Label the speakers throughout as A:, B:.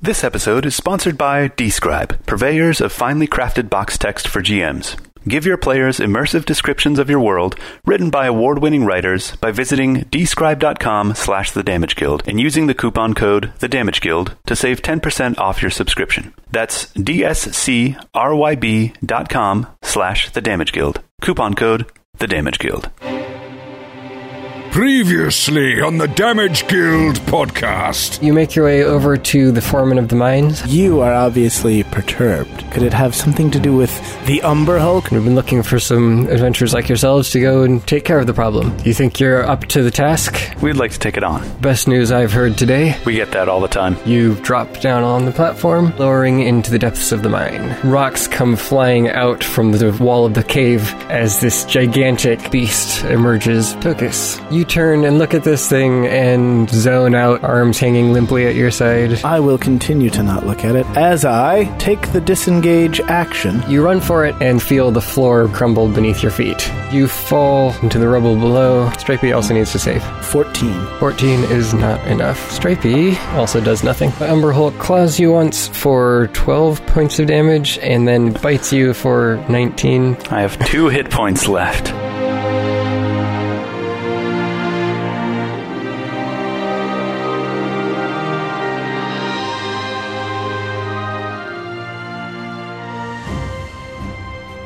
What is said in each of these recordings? A: This episode is sponsored by Describe, purveyors of finely crafted box text for GMs. Give your players immersive descriptions of your world written by award-winning writers by visiting describe.com slash the damage guild and using the coupon code the damage guild to save 10% off your subscription. That's dscryb dot com slash the damage guild. Coupon code the damage guild.
B: Previously on the Damage Guild podcast.
C: You make your way over to the foreman of the mines.
D: You are obviously perturbed. Could it have something to do with the Umber Hulk?
C: We've been looking for some adventurers like yourselves to go and take care of the problem. You think you're up to the task?
A: We'd like to take it on.
C: Best news I've heard today.
A: We get that all the time.
C: You drop down on the platform, lowering into the depths of the mine. Rocks come flying out from the wall of the cave as this gigantic beast emerges. Tokus, you turn and look at this thing and zone out, arms hanging limply at your side.
D: I will continue to not look at it as I take the disengage action.
C: You run for it and feel the floor crumble beneath your feet. You fall into the rubble below. Stripey also needs to save.
D: 14.
C: 14 is not enough. Stripey also does nothing. Umber Hulk claws you once for 12 points of damage and then bites you for 19.
A: I have two hit points left.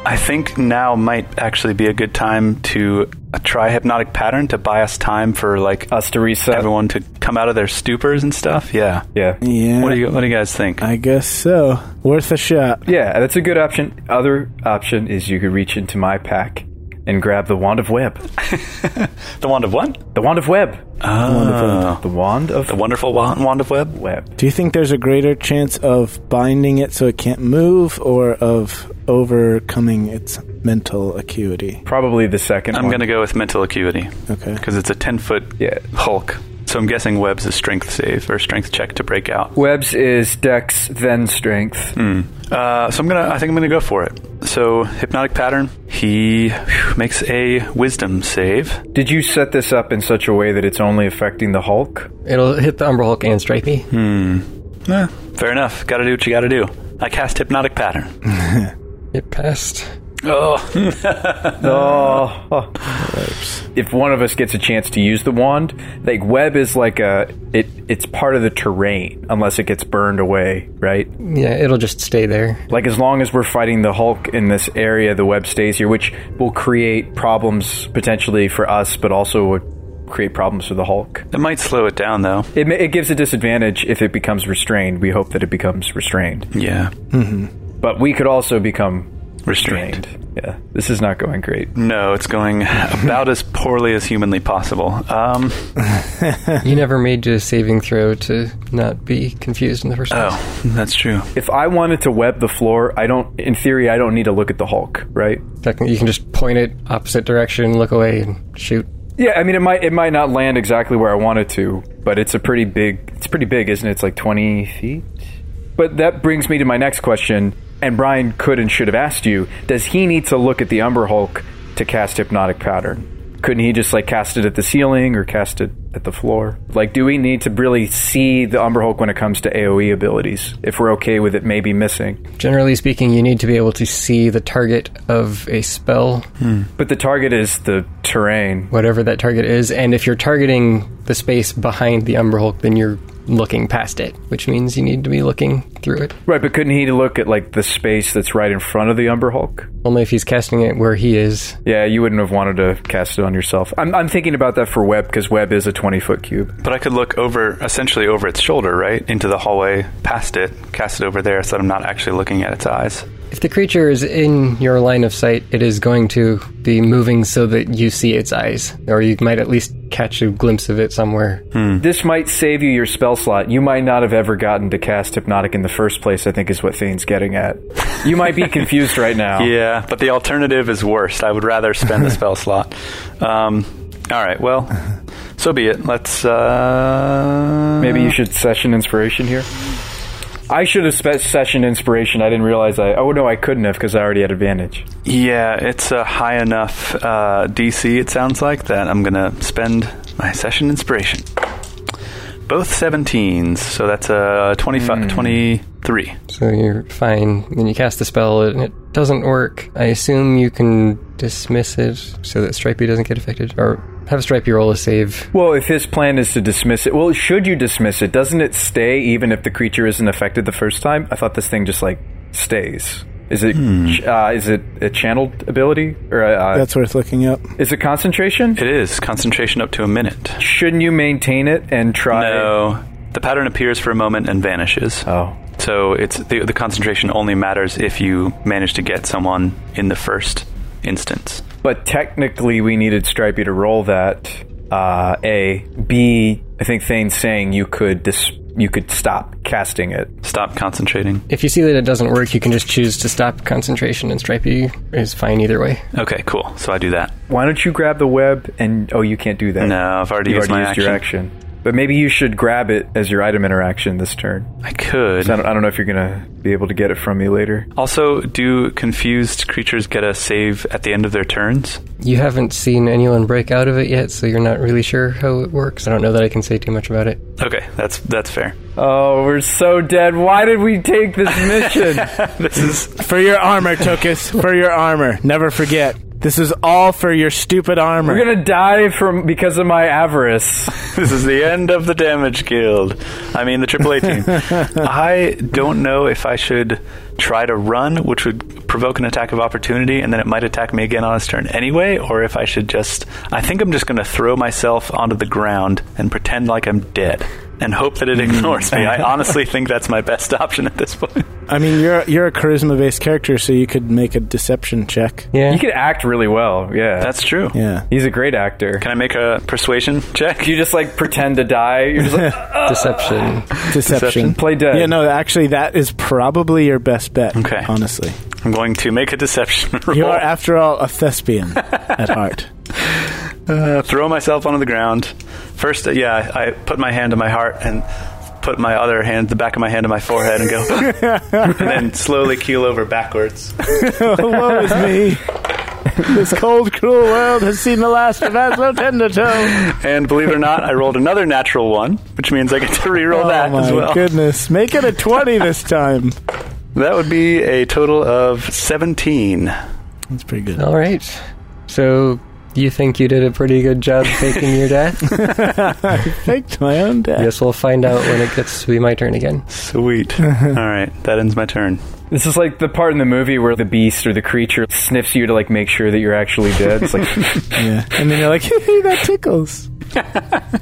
A: I think now might actually be a good time to uh, try hypnotic pattern to buy us time for like uh,
E: us to reset.
A: everyone to come out of their stupors and stuff. Yeah.
E: Yeah.
D: Yeah.
A: What do you What do you guys think?
D: I guess so. Worth a shot.
E: Yeah, that's a good option. Other option is you could reach into my pack and grab the wand of web.
A: The wand of what?
E: The wand of web.
A: Oh,
E: The wand of
A: the wonderful wa- wand of web.
E: web.
D: Do you think there's a greater chance of binding it so it can't move or of overcoming its mental acuity?
E: Probably the 2nd
A: I'm
E: one.
A: gonna go with mental acuity
D: Okay.
A: because it's a ten foot
E: Yeah.
A: Hulk. So I'm guessing web's a strength save or strength check to break out.
E: Webs is Dex then Strength.
A: Uh, so I'm gonna. I think I'm gonna go for it. So hypnotic pattern. He whew, makes a wisdom save.
E: Did you set this up in such a way that it's only affecting the Hulk?
C: It'll hit the Umber Hulk and Stripey.
A: Eh, fair enough. Got to do what you got to do. I cast hypnotic pattern.
C: It passed.
A: Oh,
E: Oh. If one of us gets a chance to use the wand, like web is like a it it's part of the terrain unless it gets burned away, right?
C: Yeah, it'll just stay there.
E: Like as long as we're fighting the Hulk in this area, the web stays here, which will create problems potentially for us, but also would create problems for the Hulk.
A: it might slow it down though.
E: It, ma- it gives a disadvantage if it becomes restrained. We hope that it becomes restrained,
A: Yeah,
E: but we could also become
A: restrained.
E: drained. Yeah, this is not going great.
A: No, it's going about as poorly as humanly possible. Um,
C: You never made a saving throw to not be confused in the first place.
A: oh, that's true.
E: If I wanted to web the floor, I don't. In theory, I don't need to look at the Hulk, right?
C: Technically, you can just point it opposite direction, look away, and shoot.
E: Yeah, I mean, it might it might not land exactly where I want it to, but it's a pretty big. It's pretty big, isn't it? It's like twenty feet. But that brings me to my next question, and Brian could and should have asked you: Does he need to look at the Umber Hulk to cast hypnotic pattern? Couldn't he just like cast it at the ceiling or cast it at the floor? Like, do we need to really see the Umber Hulk when it comes to AOE abilities? If we're okay with it, maybe missing.
C: Generally speaking, you need to be able to see the target of a spell
E: But the target is the terrain.
C: whatever that target is. And if you're targeting the space behind the Umber Hulk, then you're looking past it, which means you need to be looking through it.
E: Right, but couldn't he look at like the space that's right in front of the Umber Hulk?
C: Only if he's casting it where he is.
E: Yeah, you wouldn't have wanted to cast it on yourself. I'm, I'm thinking about that for Web because Web is a 20 foot cube.
A: But I could look over, essentially over its shoulder, right? Into the hallway, past it, cast it over there so that I'm not actually looking at its eyes.
C: If the creature is in your line of sight, it is going to be moving so that you see its eyes, or you might at least catch a glimpse of it somewhere.
E: This might save you your spell slot. You might not have ever gotten to cast Hypnotic in the first place, I think is what Thane's getting at. You might be confused right now.
A: Yeah, but the alternative is worse. I would rather spend the spell slot. Um, all right, well, so be it. Let's. Uh,
E: Maybe you should session inspiration here. I should have spent session inspiration. I didn't realize I. Oh, no, I couldn't have because I already had advantage.
A: Yeah, it's a high enough uh, DC, it sounds like, that I'm going to spend my session inspiration. Both 17s, so that's uh, a 25, 23.
C: So you're fine. Then you cast the spell and it doesn't work. I assume you can dismiss it so that Stripey doesn't get affected, or have Stripey roll a save.
E: Well, if his plan is to dismiss it, well, should you dismiss it? Doesn't it stay even if the creature isn't affected the first time? I thought this thing just like stays. Is it ch- uh, is it a channeled ability or uh,
D: That's worth looking up.
E: is it concentration?
A: It is concentration up to a minute.
E: Shouldn't you maintain it and try?
A: No, the pattern appears for a moment and vanishes.
E: Oh,
A: So it's the, the concentration only matters if you manage to get someone in the first instance.
E: But technically, we needed Stripey to roll that. Uh, A, B. I think Thane's saying you could dis- you could stop casting it.
A: Stop concentrating.
C: If you see that it doesn't work, you can just choose to stop concentration, and Stripey is fine either way.
A: Okay, cool. So I do that.
E: Why don't you grab the web and oh, you can't do that.
A: No, I've already
E: you
A: used
E: already
A: my
E: used your action. But maybe you should grab it as your item interaction this turn.
A: I could.
E: I don't, I don't know if you're gonna be able to get it from me later.
A: Also, do confused creatures get a save at the end of their turns?
C: You haven't seen anyone break out of it yet, so you're not really sure how it works. I don't know that I can say too much about it.
A: Okay, that's that's fair.
E: Oh, we're so dead. Why did we take this mission?
A: This is
D: For your armor, Tokus. For your armor. Never forget. This is all for your stupid armor.
E: we're gonna die from because of my avarice.
A: this is the end of the damage guild. I mean the AAA team. I don't know if I should try to run, which would provoke an attack of opportunity, and then it might attack me again on its turn anyway, or if I should just I think I'm just gonna throw myself onto the ground and pretend like I'm dead. And hope that it
D: Mm.
A: ignores me. I honestly think that's my best option at this point.
D: I mean, you're you're a charisma based character, so you could make a deception check.
C: Yeah.
E: You could act really well. Yeah,
A: That's true.
D: Yeah.
E: he's a great actor.
A: Can I make a persuasion check?
E: You just like pretend to die. You're just like
C: Deception.
D: Deception.
E: play dead.
D: Yeah, no, actually, that is probably your best bet.
A: Okay.
D: Honestly.
A: I'm going to make a deception roll.
D: You are, after all, a thespian at heart.
A: Uh, throw myself onto the ground. First, uh, yeah, I put my hand to my heart and put my other hand, the back of my hand, to my forehead and go, and then slowly keel over backwards.
D: Oh, Woe is me. This cold, cruel world has seen the last of Aslo Tender Toe.
A: And believe it or not, I rolled another natural one, which means I get to re-roll
D: Oh
A: that
D: my
A: as well.
D: goodness. Make it a 20 this time.
A: That would be a total of 17.
D: That's pretty good.
C: All right. So you think you did a pretty good job faking your death?
D: Faked my own death.
C: Guess we'll find out when it gets to be my turn again.
A: Sweet. All right, that ends my turn.
E: This is like the part in the movie where the beast or the creature sniffs you to like make sure that you're actually dead. It's like
D: Yeah. And then you're like, that tickles.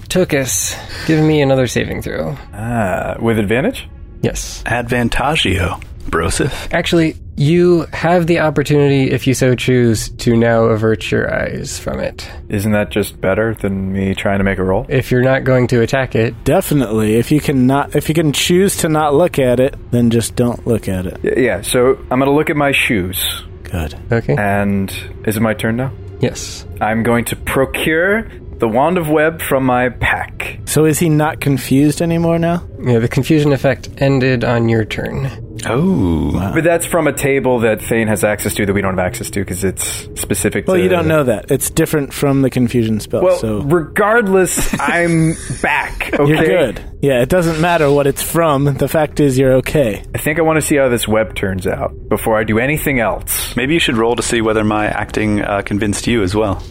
C: Tokus, give me another saving throw.
E: ah, with advantage.
C: Yes.
A: Advantagio, Brosif.
C: Actually, you have the opportunity, if you so choose, to now avert your eyes from it.
E: Isn't that just better than me trying to make a roll?
C: If you're not going to attack it,
D: Definitely. If you can not, if you can choose to not look at it, then just don't look at it.
E: Y- Yeah. So I'm gonna look at my shoes.
D: Good.
C: okay?
E: Uh. And is it my turn now?
C: Yes.
E: I'm going to procure the wand of web from my pack.
D: So is he not confused anymore now?
C: Yeah, the confusion effect ended on your turn.
A: Oh,
E: But that's from a table that Thane has access to that we don't have access to because it's specific.
D: Well,
E: to,
D: you don't know that. It's different from the confusion spell.
E: Uh, Well,
D: so
E: regardless, I'm back. Okay?
D: you're good. Yeah, it doesn't matter what it's from. The fact is, you're okay.
E: I think I want to see how this web turns out before I do anything else.
A: maybe you should roll to see whether my acting uh, convinced you as well.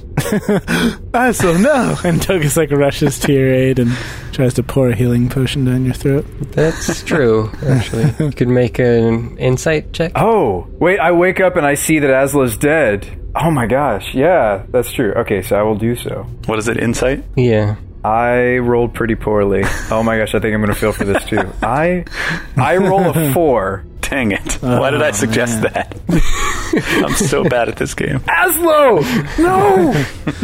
E: Ah,
D: I so no. And Togus like rushes to your aid and tries to pour a healing potion down your throat.
C: That's true, actually. You could make an insight check.
E: Oh, wait, I wake up and I see that Asla's dead. Oh my gosh, yeah, that's true. Okay, so I will do so.
A: What is it, insight?
C: Yeah.
E: I rolled pretty poorly. Oh my gosh, I think I'm going to fail for this too. I I roll a 4.
A: Dang it. Why
D: Oh,
A: did I suggest that? I'm so bad at this game.
E: Aslo! No!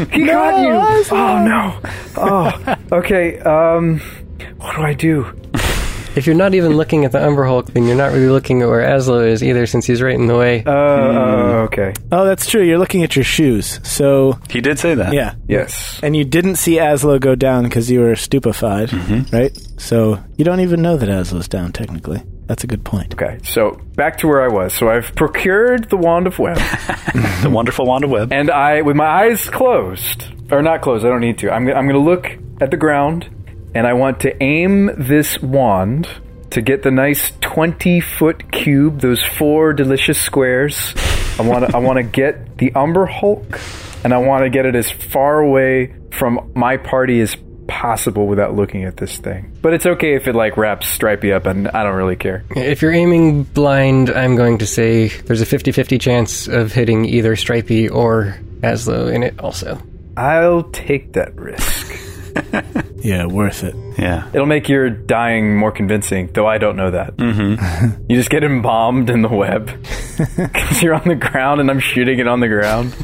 E: He got you. Oh no. Oh. Okay, um what do I do?
C: If you're not even looking at the Umber Hulk, then you're not really looking at where Aslo is either, since he's right in the way.
E: Uh, uh okay.
D: Oh, that's true. You're looking at your shoes. So
A: He did say that.
D: yeah,
E: Yes.
D: and you didn't see Aslo go down because you were stupefied,
E: Mm-hmm.
D: right? So you don't even know that Aslo's down technically. That's a good point.
E: Okay. So, back to where I was. So, I've procured the wand of web.
A: The wonderful Wanda Web.
E: and I, with my eyes closed, or not closed, I don't need to. I'm, I'm going to look at the ground, and I want to aim this wand to get the nice 20 foot cube, those four delicious squares. I want to I want to get the Umber Hulk and I want to get it as far away from my party as possible without looking at this thing. But it's okay if it like wraps Stripey up and I don't really care.
C: If you're aiming blind, I'm going to say there's a 50 50 chance of hitting either Stripey or Aslo in it also.
E: I'll take that risk.
D: Yeah, worth it.
A: Yeah.
E: It'll make your dying more convincing, though I don't know that. Mm-hmm. you just get embalmed in the web because you're on the ground and I'm shooting it on the ground.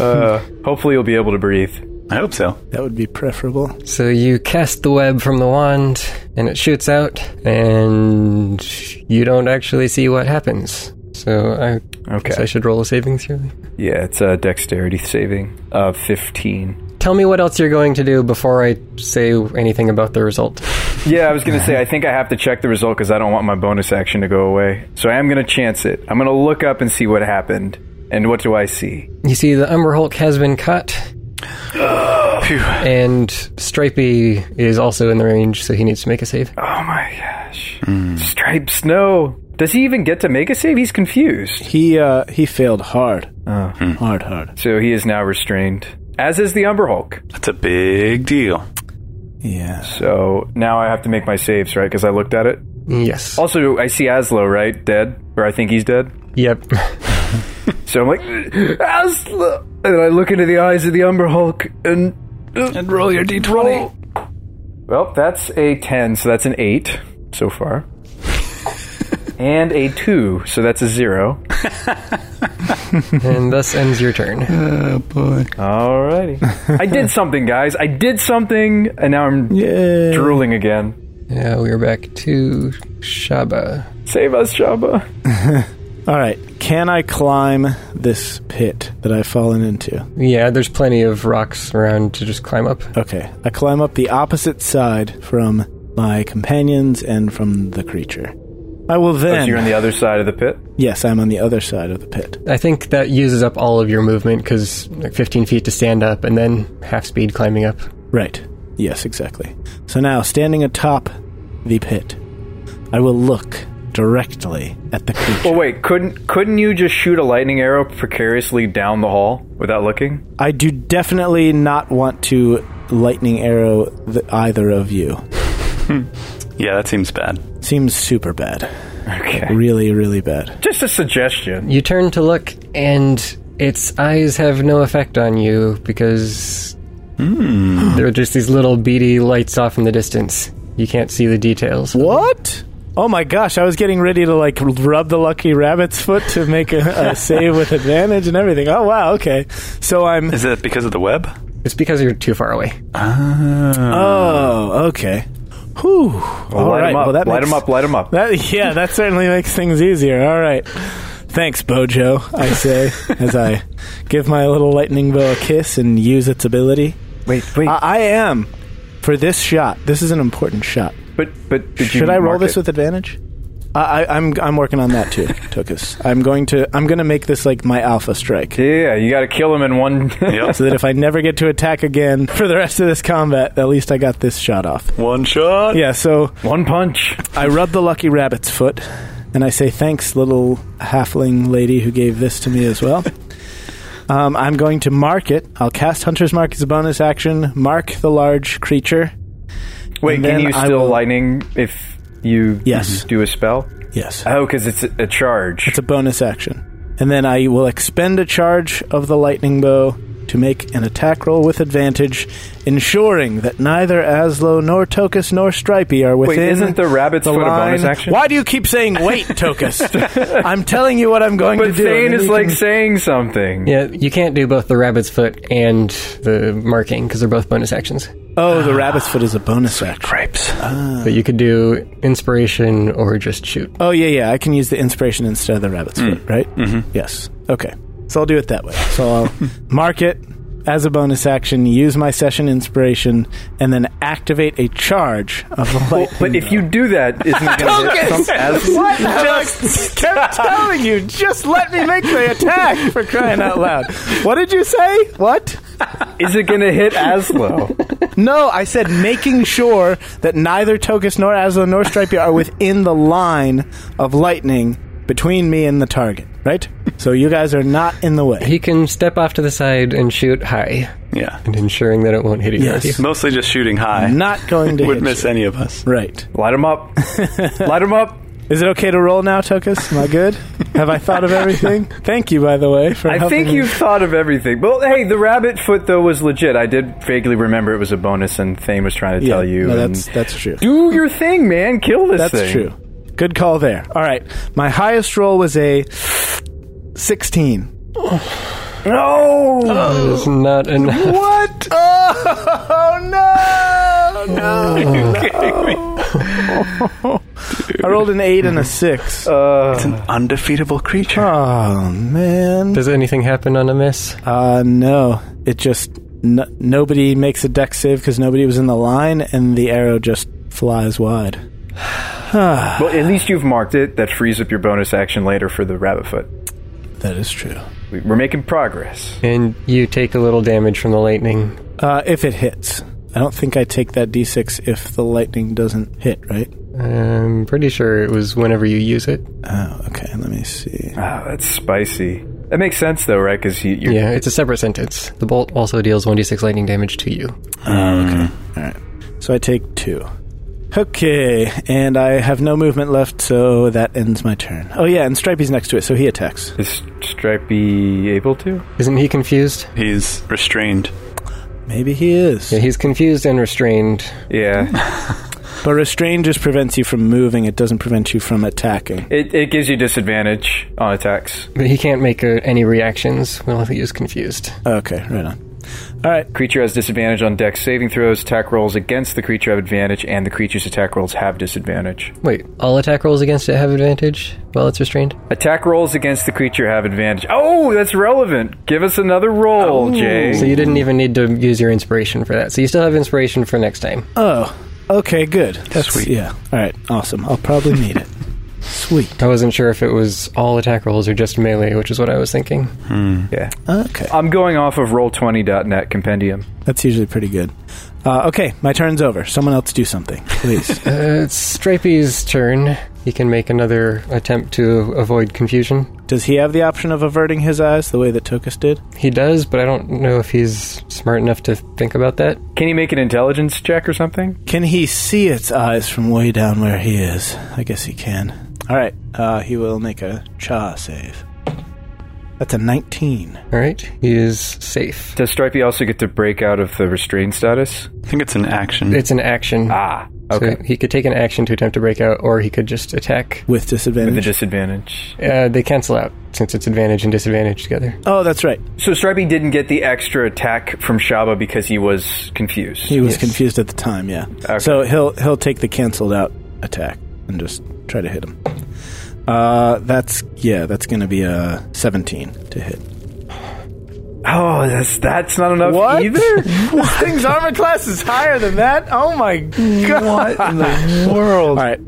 E: Uh, hopefully, you'll be able to breathe.
A: I hope so.
D: That would be preferable.
C: So you cast the web from the wand, and it shoots out, and you don't actually see what happens. So I guess I
E: Okay.
C: should roll a saving throw.
E: Yeah, it's a dexterity saving of 15.
C: Tell me what else you're going to do before I say anything about the result.
E: Yeah, I was going to say, I think I have to check the result because I don't want my bonus action to go away. So I am going to chance it. I'm going to look up and see what happened. And what do I see?
C: You see, the Umber Hulk has been cut. and Stripey is also in the range, so he needs to make a save.
E: Oh my gosh. Striped snow. Does he even get to make a save? He's confused.
D: He uh he failed hard. Uh,
E: Hmm.
D: Hard, hard.
E: So he is now restrained, as is the Umber Hulk.
A: That's a big deal.
D: Yeah.
E: So now I have to make my saves, right? Because I looked at it.
C: Yes.
E: Also, I see Aslo, right? Dead. Or I think he's dead.
C: Yep.
E: So I'm like, Aslo! And I look into the eyes of the Umber Hulk and.
A: And roll your d20.
E: Well, that's a 10, so that's an 8 so far. and a 2, so that's a 0.
C: and thus ends your turn.
E: Alrighty. I did something, guys. I did something, and now I'm
D: Yeah.
E: drooling again.
C: Now we are back to Shaba.
E: Save us, Shaba.
D: All right. Can I climb this pit that I've fallen into?
C: Yeah, there's plenty of rocks around to just climb up.
D: Okay. I climb up the opposite side from my companions and from the creature. I will
E: Oh, So
D: then.
E: you're on the other side of the pit.
D: yes, I'm on the other side of the pit.
C: I think that uses up all of your movement because like 15 feet to stand up and then half speed climbing up.
D: Right. Yes, exactly. So now, standing atop the pit, I will look directly at the creature.
E: Well, wait. Couldn't couldn't you just shoot a lightning arrow precariously down the hall without looking?
D: I do definitely not want to lightning arrow the, either of you.
A: Yeah, that seems bad.
D: Seems super bad.
E: Okay.
D: Really, really bad.
E: Just a suggestion.
C: You turn to look, and its eyes have no effect on you because there are just these little beady lights off in the distance. You can't see the details.
D: What? Oh my gosh, I was getting ready to like rub the lucky rabbit's foot to make a, a save with advantage and everything. Oh wow, okay. So I'm.
A: Is that because of the web? Uh,
C: It's because you're too far away.
D: Uh, Oh, okay. Whew.
E: Well,
D: All
E: light
D: right,
E: him up.
D: well, that
E: light
D: makes-
E: him up. Light him up.
D: That, yeah, that certainly makes things easier. All right. Thanks, Bojo, I say, as I give my little lightning bow a kiss and use its ability.
E: Wait, wait.
D: I, I am for this shot. This is an important shot.
E: but but did you
D: Should I roll
E: mark
D: this
E: it?
D: with advantage? I, I, I'm I'm working on that too, Tokus. I'm going to I'm going to make this like my alpha strike,
E: Yeah, you got to kill him in one.
A: Yep.
D: so that if I never get to attack again for the rest of this combat, at least I got this shot off.
A: One shot.
D: Yeah. So
E: one punch.
D: I rub the lucky rabbit's foot and I say, Thanks, little halfling lady who gave this to me as well. um, I'm going to mark it. I'll cast Hunter's Mark as a bonus action, mark the large creature.
E: Wait,
D: And
E: can
D: then
E: you
D: I
E: still
D: will-
E: lightning if you
D: Yes.
E: do a spell?
D: Yes.
E: Oh, because it's a, a charge.
D: Uh, It's a bonus action. And then I will expend a charge of the lightning bow to make an attack roll with advantage, ensuring that neither Aslo nor Tokus nor Stripey are within.
E: isn't the rabbit's
D: the
E: foot a bonus
D: line-
E: action?
D: Why do you keep saying wait, Tokus? I'm telling you what I'm going to
E: but
D: do.
E: saying
D: and then
E: is
D: you
E: like
D: can-
E: saying something.
C: Yeah, you can't do both the rabbit's foot and the marking because they're both bonus actions.
D: Oh, the rabbit's foot is a bonus action.
A: Cripes.
C: But you could do inspiration or just shoot.
D: Oh yeah, yeah. I can use the inspiration instead of the rabbit's foot, right? Mm-hmm. Yes. Okay. So I'll do it that way. So I'll mark it as a bonus action, use my session inspiration, and then activate a charge of the
E: Well,
D: light.
E: but if you do that, isn't it going to hit some, as,
D: just kept telling you, just let me make the attack for crying out loud. What did you say? What?
E: Is it going to hit Aslo?
D: No, I said making sure that neither Tokus nor Aslan nor Stripey are within the line of lightning between me and the target, right? So you guys are not in the way.
C: He can step off to the side and shoot high,
A: Yeah.
C: and ensuring that it won't hit either of
D: Yes.
C: you.
A: Mostly just shooting high.
D: Not going to
A: Would
D: hit
A: miss
D: you.
A: any of us.
D: Right.
E: Light him up. Light him up.
D: Is it okay to roll now, Tokus? Am I good? Have I thought of everything? Thank you, by the way, for
E: I
D: helping
E: think
D: me.
E: you've thought of everything. Well, hey, the rabbit foot though was legit. I did vaguely remember it was a bonus, and Thane was trying to
D: Yeah,
E: tell you.
D: no,
E: and-
D: that's that's true.
E: do your thing, man. Kill this
D: That's
E: thing.
D: true. Good call there. All right. My highest roll was a 16.
E: No.
C: That is not enough.
D: What? Oh, no! No. I rolled an 8 and a 6.
A: Undefeatable creature.
D: oh, man.
C: Does anything happen on a miss?
D: Uh, no. It just. N- nobody makes a deck save because nobody was in the line, and the arrow just flies wide.
E: Well, at least you've marked it. That frees up your bonus action later for the rabbit foot.
D: That is true.
E: We- We're making progress.
C: And you take a little damage from the lightning.
D: Uh, if it hits. I don't think I take that d6 if the lightning doesn't hit, right?
C: I'm pretty sure it was whenever you use it.
D: Oh, okay. Let me see.
E: Oh, that's spicy. That makes sense though, right? Because you, you're
C: Yeah, it's a separate sentence. The bolt also deals 1d6 lightning damage to you.
D: All right. So I take two. Okay, and I have no movement left, so that ends my turn. Oh yeah, and Stripey's next to it, so he attacks.
E: is Stripey able to?
C: Isn't he confused?
A: He's restrained.
D: Maybe he is.
C: Yeah, he's confused and restrained.
E: Yeah.
D: But restraint just prevents you from moving; it doesn't prevent you from attacking.
E: it it gives you disadvantage on attacks.
C: But he can't make uh, any reactions while he is confused.
D: Okay, right on. All right.
E: Creature has disadvantage on dex saving throws, attack rolls against the creature have advantage, and the creature's attack rolls have disadvantage.
C: Wait, all attack rolls against it have advantage while it's restrained?
E: Attack rolls against the creature have advantage. Oh, that's relevant. Give us another roll, Jay.
C: Oh. So you didn't even need to use your inspiration for that. So you still have inspiration for next time.
D: Oh, okay, good. That's
A: Sweet.
D: Yeah. All right. Awesome. I'll probably need it. Sweet.
C: I wasn't sure if it was all attack rolls or just melee, which is what I was thinking.
E: yeah.
D: Okay.
E: I'm going off of roll20.net compendium.
D: That's usually pretty good. Uh, okay, my turn's over. Someone else do something, please.
C: Uh, it's Stripey's turn. He can make another attempt to avoid confusion.
D: Does he have the option of averting his eyes the way that Tokus did?
C: He does, but I don't know if he's smart enough to think about that.
E: Can you make an intelligence check or something?
D: Can he see its eyes from way down where he is? I guess he can. All right, uh, he will make a cha save. That's a 19.
C: All right, he is safe.
E: Does Stripey also get to break out of the restrained status?
A: I think it's an action.
C: It's an action.
E: Ah,
C: So
E: okay.
C: he could take an action to attempt to break out, or he could just attack.
D: With
E: With the
D: disadvantage.
E: disadvantage.
C: Uh, they cancel out since it's advantage and disadvantage together.
D: oh, that's right.
E: So Stripey didn't get the extra attack from Shaba because he was confused.
D: He was confused at the time, yeah. So he'll he'll take the canceled out attack and just try to hit him. Uh, that's yeah, that's going to be a 17 to hit.
E: oh, that's that's not enough either.
D: this thing's armor class is higher than that. Oh my god! What in the world? All right,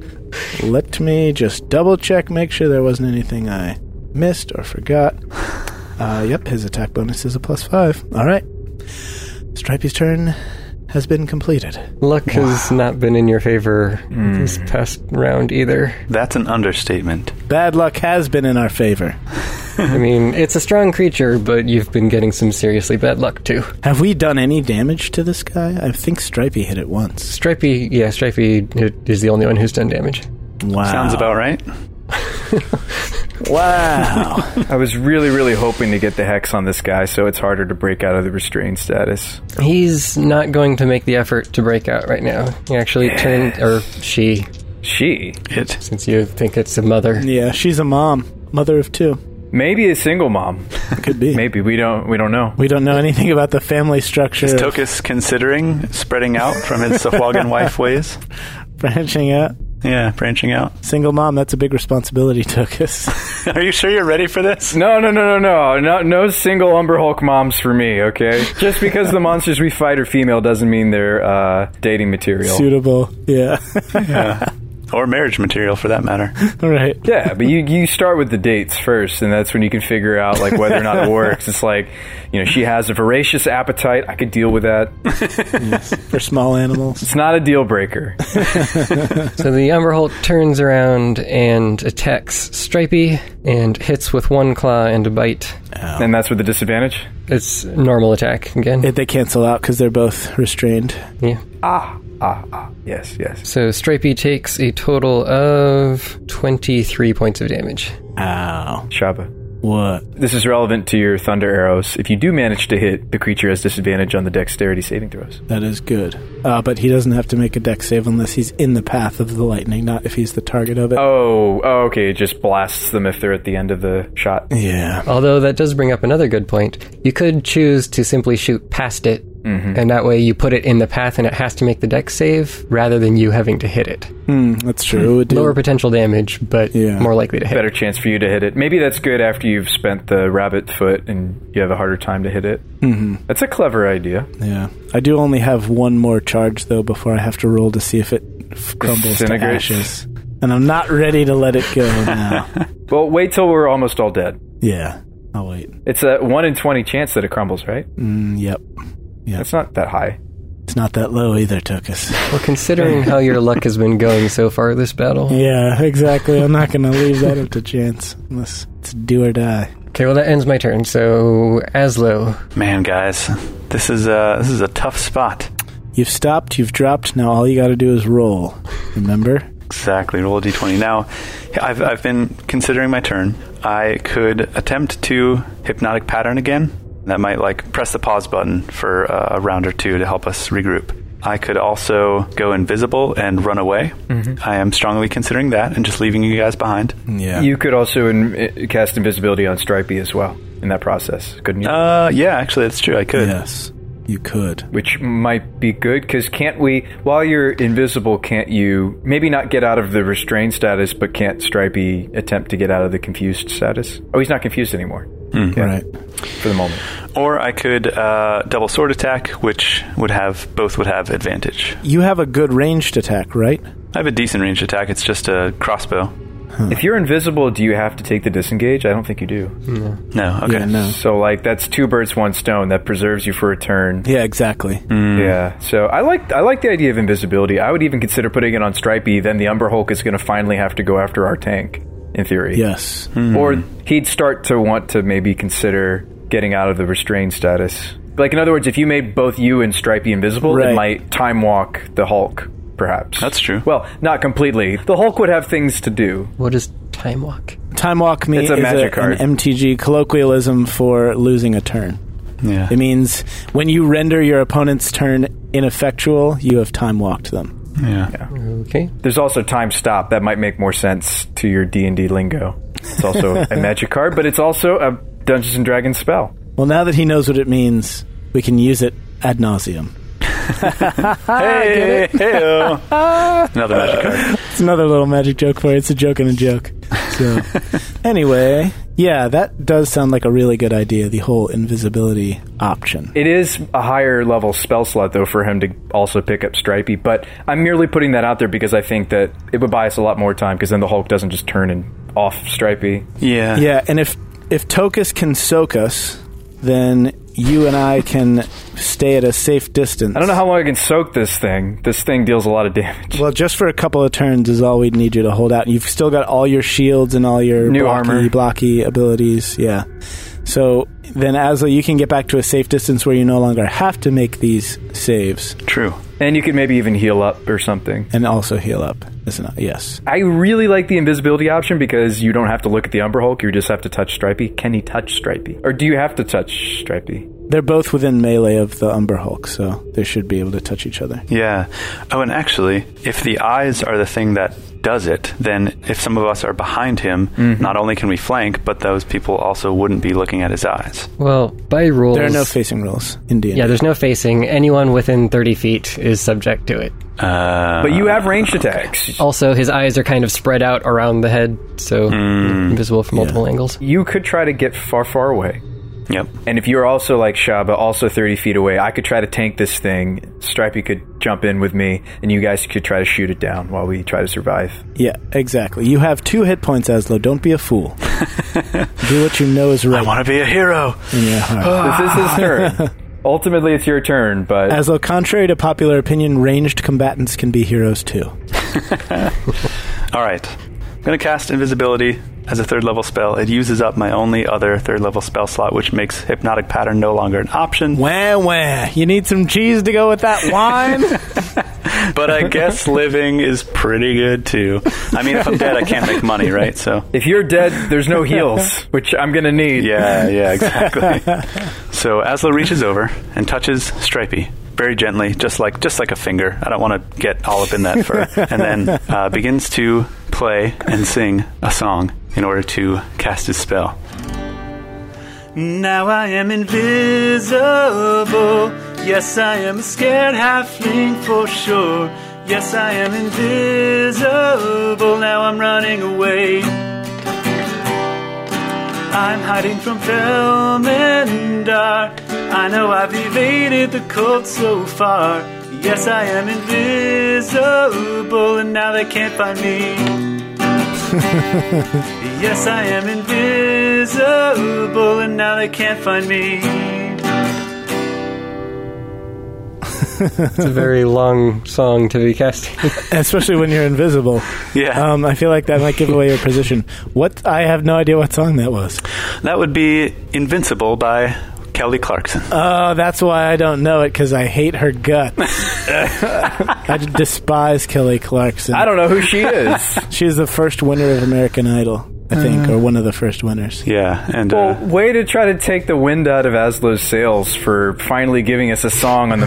D: let me just double check, make sure there wasn't anything I missed or forgot. Uh, yep, his attack bonus is a plus five. All right, Stripey's turn has been completed.
C: Luck has not been in your favor this
E: Hmm.
C: past round either.
A: That's an understatement.
D: Bad luck has been in our favor.
C: I mean, it's a strong creature, but you've been getting some seriously bad luck too.
D: Have we done any damage to this guy? I think Stripey hit it once.
C: Stripey, yeah, Stripey is the only one who's done damage.
D: Wow.
A: Sounds about right.
D: Wow.
E: I was really, really hoping to get the hex on this guy, so it's harder to break out of the restrained status.
C: He's not going to make the effort to break out right now. He actually turned, or she,
E: She
A: It.
C: since you think it's a mother.
D: yeah, she's a mom, mother of two.
E: maybe a single mom.
D: Could be.
E: Maybe we don't we don't know.
D: We don't know anything about the family structure.
A: Is
D: of
A: Tokus considering spreading out from his Safwagan wife ways?
D: branching out.
A: Yeah, branching out.
D: Single mom, that's a big responsibility, Tokus.
A: Are you sure you're ready for this?
E: No, no, no, no, no, no, no single Umber Hulk moms for me. Okay, just because the monsters we fight are female doesn't mean they're uh, dating material.
D: Suitable. Yeah.
A: or marriage material for that matter.
D: All right.
E: Yeah, but you, you start with the dates first, and that's when you can figure out like whether or not it works. It's like, you know, she has a voracious appetite. I could deal with that.
D: For small animals.
E: It's not a deal breaker.
C: So the Umberholt turns around and attacks Stripey and hits with one claw and a bite.
E: And that's with the disadvantage.
C: It's normal attack again.
D: It, they cancel out because they're both restrained.
C: yeah.
E: Yes, yes.
C: So Stripey takes a total of 23 points of damage.
D: Ow.
E: Shaba.
D: What?
E: This is relevant to your thunder arrows. If you do manage to hit, the creature has disadvantage on the dexterity saving throws.
D: That is good. Uh, but he doesn't have to make a deck save unless he's in the path of the lightning, not if he's the target of it.
E: Oh, oh, okay. It just blasts them if they're at the end of the shot.
D: Yeah.
C: Although that does bring up another good point. You could choose to simply shoot past it,
D: Mm-hmm.
C: and that way you put it in the path and it has to make the deck save rather than you having to hit it.
D: Hmm, that's true. It would do-
C: Lower potential damage, but
D: Yeah.
C: more likely to hit.
E: Better chance for you to hit it. Maybe that's good after you've spent the rabbit foot and you have a harder time to hit it. Mm-hmm. That's a clever idea.
D: Yeah. I do only have one more charge, though, before I have to roll to see if it f- crumbles to
E: Disintegrates.
D: ashes. And I'm not ready to let it go now.
E: Well, wait till we're almost all dead.
D: yeah. I'll wait.
E: It's a 1 in 20 chance that it crumbles, right?
D: Mm, yep.
E: That's not that high.
D: It's not that low either, Tokus.
C: Well, considering how your luck has been going so far this battle.
D: Yeah, exactly. I'm not going to leave that up to chance unless it's do or die.
C: Okay, well, that ends my turn. So, Aslo,
A: Man, guys, this is a this is a tough spot.
D: You've stopped, you've dropped, now all you got to do is roll. Remember?
A: Exactly. Roll a d20. Now, I've I've been considering my turn. I could attempt to hypnotic pattern again. That might like press the pause button for uh, a round or two to help us regroup. I could also go invisible and run away. I am strongly considering that and just leaving you guys behind.
D: Mm, Yeah.
E: You could also in- i- cast invisibility on Stripey as well in that process, couldn't you?
A: Uh, yeah, actually, that's true. I could.
D: yes, you could.
E: Which might be good because can't we, while you're invisible, can't you maybe not get out of the restrained status, but can't Stripey attempt to get out of the confused status? Oh, he's not confused anymore
D: Right.
E: for the moment.
A: Or I could uh, double sword attack, which would have both would have advantage.
D: You have a good ranged attack, right?
A: I have a decent ranged attack. It's just a crossbow.
E: If you're invisible, do you have to take the disengage? I don't think you do.
A: No. Okay.
D: Yeah, no.
E: So, like, that's two birds, one stone. That preserves you for a turn.
D: Yeah, exactly.
E: Hmm. Yeah. So I like I like the idea of invisibility. I would even consider putting it on Stripey. Then the Umber Hulk is going to finally have to go after our tank, in theory.
D: Yes.
E: Or he'd start to want to maybe consider getting out of the restrained status. Like in other words, if you made both you and Stripey invisible,
D: Right.
E: it might time walk the Hulk, perhaps.
A: That's true.
E: Well, not completely. The Hulk would have things to do.
C: what is time walk?
D: Time walk me
E: It's a
D: is
E: magic card.
D: an MTG colloquialism for losing a turn.
A: Yeah.
D: It means when you render your opponent's turn ineffectual, you have time walked them.
A: yeah.
C: Okay.
E: There's also time stop. That might make more sense to your D and D lingo. It's also a magic card, but it's also a Dungeons and Dragons spell.
D: Well, now that he knows what it means, we can use it ad nauseum.
A: Hey, hey-o. Another magic card.
D: It's another little magic joke for you. It's a joke and a joke. So, anyway, yeah, that does sound like a really good idea. The whole invisibility option.
E: It is a higher level spell slot, though, for him to also pick up Stripey, but I'm merely putting that out there because I think that it would buy us a lot more time because then the Hulk doesn't just turn and off Stripey.
A: Yeah.
D: Yeah, and if if Tokus can soak us, then you and I can stay at a safe distance.
E: I don't know how long I can soak this thing. This thing deals a lot of damage.
D: Well, just for a couple of turns is all we'd need you to hold out. You've still got all your shields and all your
E: New
D: blocky,
E: armor.
D: blocky abilities. Yeah. So then, Asla, you can get back to a safe distance where you no longer have to make these saves
A: True.
E: And you could maybe even heal up or something.
D: and also heal up. Isn't it? Yes.
E: I really like the invisibility option because you don't have to look at the Umber Hulk, you just have to touch Stripey. Can he touch Stripey? Or do you have to touch Stripey?
D: They're both within melee of the Umber Hulk, so they should be able to touch each other.
A: Yeah. Oh, and actually, if the eyes are the thing that does it, then if some of us are behind him, not only can we flank, but those people also wouldn't be looking at his eyes.
C: Well, by rules.
D: There are no facing rules in D&D.
C: yeah, there's no facing. Anyone within 30 feet is subject to it.
A: Uh,
E: But you have ranged attacks.
C: Also, his eyes are kind of spread out around the head, so invisible from multiple angles.
E: You could try to get far, far away.
A: Yep.
E: And if you're also like Shaba, also 30 feet away, I could try to tank this thing. Stripey could jump in with me, and you guys could try to shoot it down while we try to survive.
D: Yeah, exactly. You have two hit points, Aslo. Don't be a fool. Do what you know is right.
A: I want to be a hero.
D: in your heart.
E: This is his turn. Ultimately, it's your turn, but
D: Aslo, contrary to popular opinion, ranged combatants can be heroes too.
A: All right. I'm going to cast invisibility as a third level spell. It uses up my only other third level spell slot, which makes hypnotic pattern no longer an option.
D: Wah wah. You need some cheese to go with that wine?
A: But I guess living is pretty good too. I mean, if I'm dead, I can't make money, right? So
E: if you're dead, there's no heals, which I'm gonna need.
A: yeah, yeah, exactly. So Asla reaches over and touches Stripey very gently, just like just like a finger. I don't want to get all up in that fur. And then uh, begins to play and sing a song in order to cast his spell. Now I am invisible. Yes, I am a scared halfling for sure. Yes, I am invisible. Now I'm running away. I'm hiding from film and dark. I know I've evaded the cold so far. Yes, I am invisible, and now they can't find me. yes, I am invisible, and now they can't find me.
C: It's a very long song to be casting.
D: Especially when you're invisible.
A: Yeah,
D: Um, I feel like that might give away your position. What? I have no idea what song that was.
A: that would be Invincible by Kelly Clarkson.
E: Uh,
D: Oh, that's why I don't know it because I hate her guts. I despise Kelly Clarkson.
E: I don't know who she is.
D: She's the first winner of American Idol, I think,
E: Uh.
D: or one of the first winners.
A: Yeah, and uh,
E: Well, way to try to take the wind out of Aslo's sails for finally giving us a song on the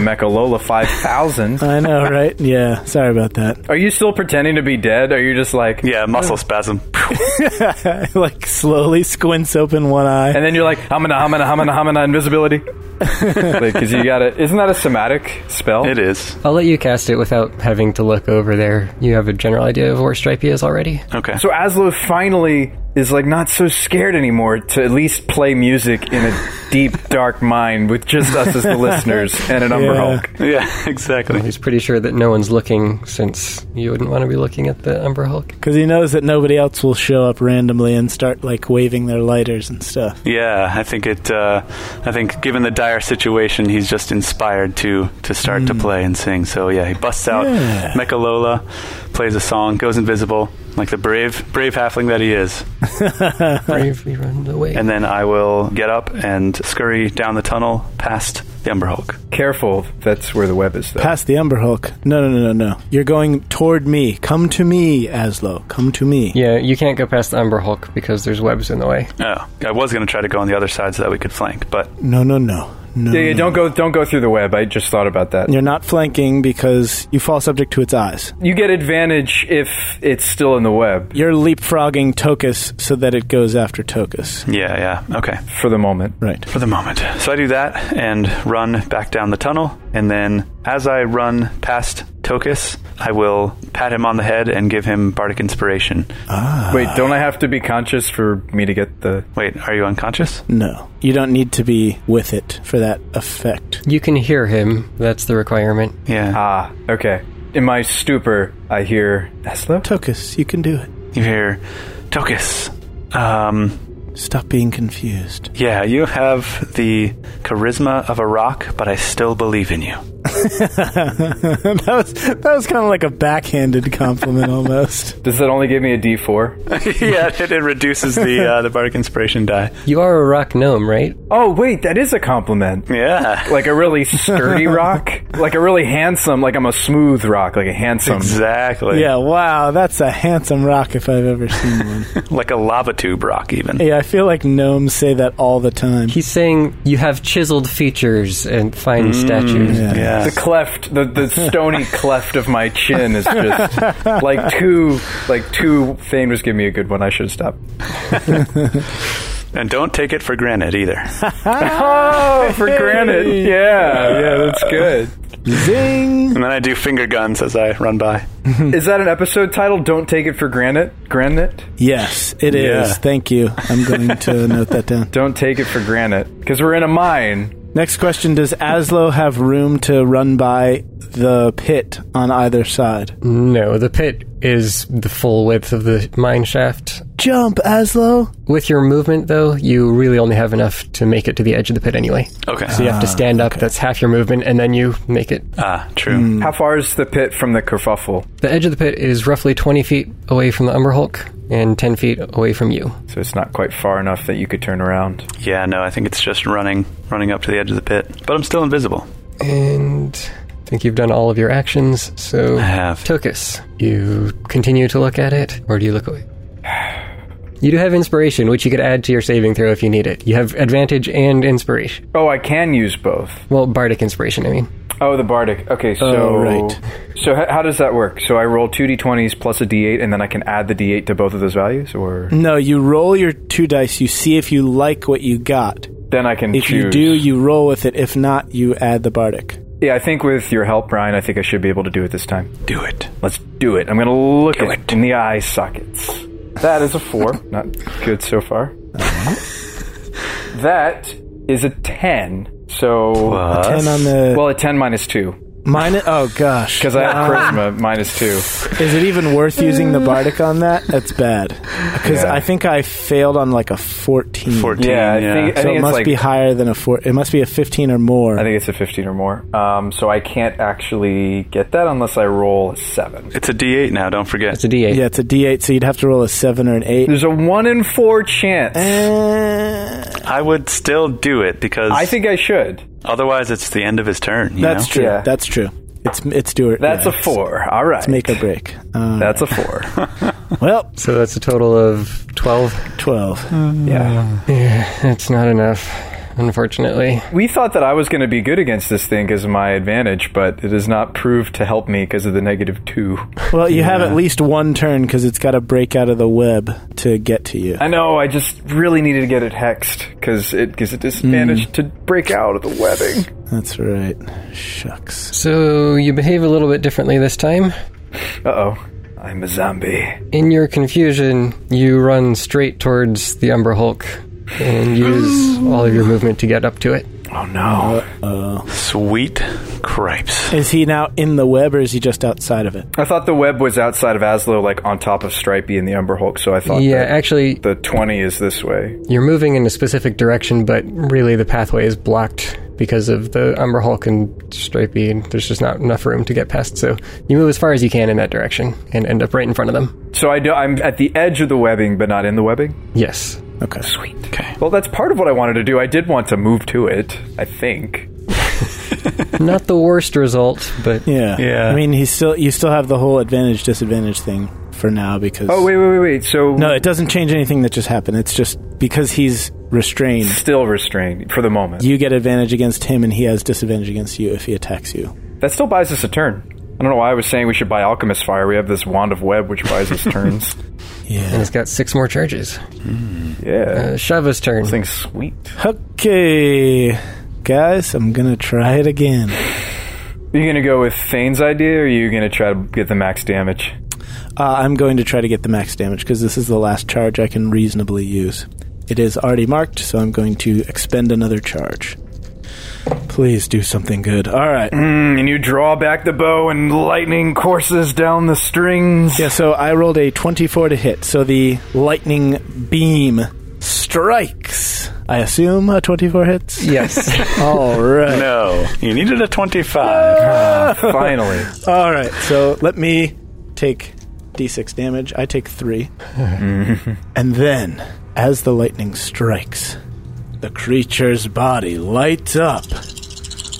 E: Mechalola 5000.
D: I know, right? Yeah. Sorry about that.
E: Are you still pretending to be dead? Are you just like,
A: yeah, muscle spasm.
D: like slowly squints open one eye.
E: and then you're like, hamana, hamana, hamana, hamana, invisibility? Because you got it. Isn't that a somatic spell?
A: It is
C: I'll let you cast it without having to look over there. You have a general idea of where Stripey is already.
A: okay.
E: So Aslo finally is like not so scared anymore to at least play music in a deep, dark mind with just us as the listeners and an Umber
D: Yeah.
E: Hulk.
A: yeah, exactly.
C: He's pretty sure that no one's looking, since you wouldn't want to be looking at the Umber Hulk.
D: Because he knows that nobody else will show up randomly and start like waving their lighters and stuff.
A: Yeah, I think it. Uh, I think given the dire situation, he's just inspired to to start to play and sing. So yeah, he busts out
D: Yeah.
A: Mechalola, plays a song, goes invisible, like the brave brave halfling that he is.
C: Bravely run away.
A: And then I will get up and scurry down the tunnel past the Umber Hulk.
E: Careful, that's where the web is, though.
D: Past the Umber Hulk. No, no, no, no, no. You're going toward me. Come to me, Aslo. Come to me.
C: yeah, you can't go past the Umber Hulk because there's webs in the way.
A: Oh, I was going to try to go on the other side so that we could flank, but
D: No, no, no. No.
E: Yeah, yeah,
D: no,
E: don't go, don't go through the web. I just thought about that.
D: You're not flanking because you fall subject to its eyes.
E: You get advantage if it's still in the web
D: You're leapfrogging Tokus so that it goes after Tokus.
A: yeah, yeah, okay.
E: for the moment.
D: Right.
A: for the moment. So I do that and run back down the tunnel. And then as I run past Tokus, I will pat him on the head and give him bardic inspiration. Ah.
E: Wait, don't I have to be conscious for me to get the?
A: Wait, are you unconscious?
D: No. You don't need to be with it for that effect.
C: You can hear him. That's the requirement.
A: Yeah.
E: Ah, okay. In my stupor, I hear Eslo.
D: Tokus, you can do it.
A: You hear Tokus. Um,
D: Stop being confused.
A: yeah, you have the charisma of a rock, but I still believe in you.
D: that was that was kind of like a backhanded compliment almost.
E: Does that only give me a D four?
A: yeah, it, it reduces the uh, the bardic inspiration die.
C: You are a rock gnome, right?
E: Oh, wait, that is a compliment.
A: Yeah.
E: Like a really sturdy rock, like a really handsome, like I'm a smooth rock, like a handsome.
A: Exactly.
D: Yeah, wow, that's a handsome rock if I've ever seen one.
A: Like a lava tube rock, even.
D: yeah, I feel like gnomes say that all the time.
C: He's saying you have chiseled features and fine statues.
D: Yeah.
A: Mm. Yeah.
E: The cleft, the, the stony cleft of my chin is just like two, like two. Thane was giving me a good one. I should stop.
A: And don't take it for granted either.
E: Oh, for granted. Yeah, yeah, that's good.
D: Zing!
A: And then I do finger guns as I run by.
E: Is that an episode title? Don't take it for granted. Granite.
D: Yes, it is.
A: Yeah.
D: Thank you. I'm going to note that down.
E: Don't take it for granted because we're in a mine.
D: Next question Does Aslo have room to run by the pit on either side?
C: No, the pit is the full width of the mine shaft.
D: Jump, Aslo!
C: With your movement, though, you really only have enough to make it to the edge of the pit anyway.
A: Ah, Okay.
C: So you have to stand up, that's half your movement, and then you make it.
A: Ah, true.
E: How far is the pit from the kerfuffle?
C: The edge of the pit is roughly 20 feet away from the Umber Hulk and 10 feet away from you.
E: So it's not quite far enough that you could turn around.
A: Yeah, no, I think it's just running, running up to the edge of the pit. But I'm still invisible.
C: And I think you've done all of your actions, so.
A: I have.
C: Tokus, you continue to look at it, or do you look away? You do have inspiration, which you could add to your saving throw if you need it. You have advantage and inspiration.
E: Oh, I can use both.
C: Well, bardic inspiration, I mean.
E: Oh, the bardic. Okay, so
D: Oh, right.
E: So h- how does that work? So I roll two d20s plus a d8, and then I can add the d8 to both of those values, or
D: No, you roll your two dice. You see if you like what you got.
E: then I can
D: If
E: choose.
D: you do, you roll with it. If not, you add the bardic.
E: yeah, I think with your help, Brian, I think I should be able to do it this time.
A: Do it.
E: Let's do it. I'm gonna look it, in the eye sockets. That is a four. Not good so far. that is a ten. So
A: Uh,
D: Ten on the
E: well, a ten minus two
D: minus. Oh gosh,
E: because I have charisma minus two.
D: is it even worth using the bardic on that? That's bad. Because
E: Yeah.
D: I think I failed on like a fourteen.
A: 14.
E: Yeah, I think, I
D: So
E: think
D: it
E: it's
D: must
E: like
D: be higher than a four. It must be a fifteen or more.
E: I think it's a 15 or more. Um, so I can't actually get that unless I roll a 7.
A: It's a D8 now, don't forget.
C: It's a D8.
D: yeah, it's a D eight, so you'd have to roll a seven or an eight.
E: There's a 1 in 4 chance.
D: Eh,
A: I would still do it because
E: I think I should.
A: otherwise it's the end of his turn. you
D: that's
A: know?
D: true.
E: Yeah.
D: That's true. It's it's do or-
E: That's
D: yeah,
E: a 4. All right.
D: It's make or break. Uh,
E: That's a 4.
D: well,
C: So that's a total of 12.
D: twelve.
E: yeah.
C: Yeah, that's not enough, unfortunately.
E: We thought that I was going to be good against this thing as my advantage, but it has not proved to help me because of the negative 2.
D: Well, you have at least one turn because it's got to break out of the web to get to you.
E: I know, I just really needed to get it hexed because it gives a disadvantage to break out of the webbing.
D: That's right. Shucks.
C: So you behave a little bit differently this time.
E: Uh oh. I'm a zombie.
C: In your confusion, you run straight towards the Umber Hulk and use all of your movement to get up to it.
E: Oh no.
A: Sweet cripes.
D: Is he now in the web or is he just outside of it?
E: I thought the web was outside of Aslo, like on top of Stripey and the Umber Hulk, so I thought
C: Yeah,
E: that
C: actually,
E: the 20 is this way.
C: you're moving in a specific direction, but really the pathway is blocked because of the Umber Hulk and Stripey, and there's just not enough room to get past. So you move as far as you can in that direction and end up right in front of them.
E: So I do, I'm at the edge of the webbing, but not in the webbing.
C: Yes.
D: Okay.
E: Well, that's part of what I wanted to do. I did want to move to it, I think.
C: Not the worst result, but
D: Yeah.
A: Yeah.
D: I mean, he's still you still have the whole advantage disadvantage thing for now because
E: Oh, wait, wait, wait, wait. So
D: No, it doesn't change anything that just happened. It's just because he's restrained,
E: still restrained for the moment.
D: you get advantage against him and he has disadvantage against you if he attacks you.
E: that still buys us a turn. I don't know why I was saying we should buy Alchemist Fire. We have this wand of web which buys us turns.
C: and
D: Yeah.
C: it's got six more charges.
E: Yeah.
C: Uh, Shava's turn.
E: This thing's sweet.
D: Okay. Guys, I'm going to try it again.
E: Are you going to go with Thane's idea, or are you going to try to get the max damage?
D: Uh, I'm going to try to get the max damage because this is the last charge I can reasonably use. It is already marked, so I'm going to expend another charge. Please do something good. All right.
E: And you draw back the bow, and lightning courses down the strings.
D: Yeah, so I rolled a 24 to hit, so the lightning beam strikes. I assume a 24 hits?
C: Yes.
D: All right.
A: No, you needed a 25.
E: Finally.
D: All right. So let me take d6 damage. I take three. and then, as the lightning strikes, the creature's body lights up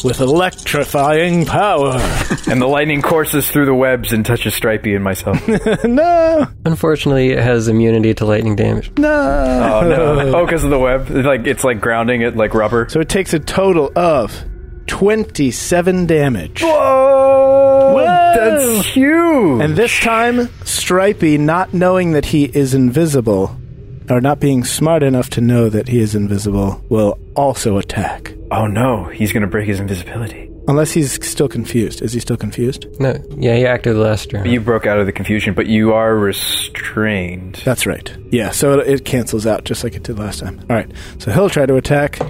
D: with electrifying power.
E: and the lightning courses through the webs and touches Stripey and myself.
D: no,
C: Unfortunately, it has immunity to lightning damage.
D: no.
E: Oh no! Oh, because of the web, it's like it's like grounding it like rubber.
D: So it takes a total of 27 damage.
E: Whoa! Oh, That's huge.
D: And this time, Stripey, not knowing that he is invisible, or not being smart enough to know that he is invisible, will also attack.
E: oh no! He's gonna break his invisibility.
D: Unless he's still confused. Is he still confused?
C: No, yeah, he acted last turn.
E: You broke out of the confusion, but you are restrained.
D: That's right. Yeah, so it, it cancels out just like it did last time. All right, so he'll try to attack.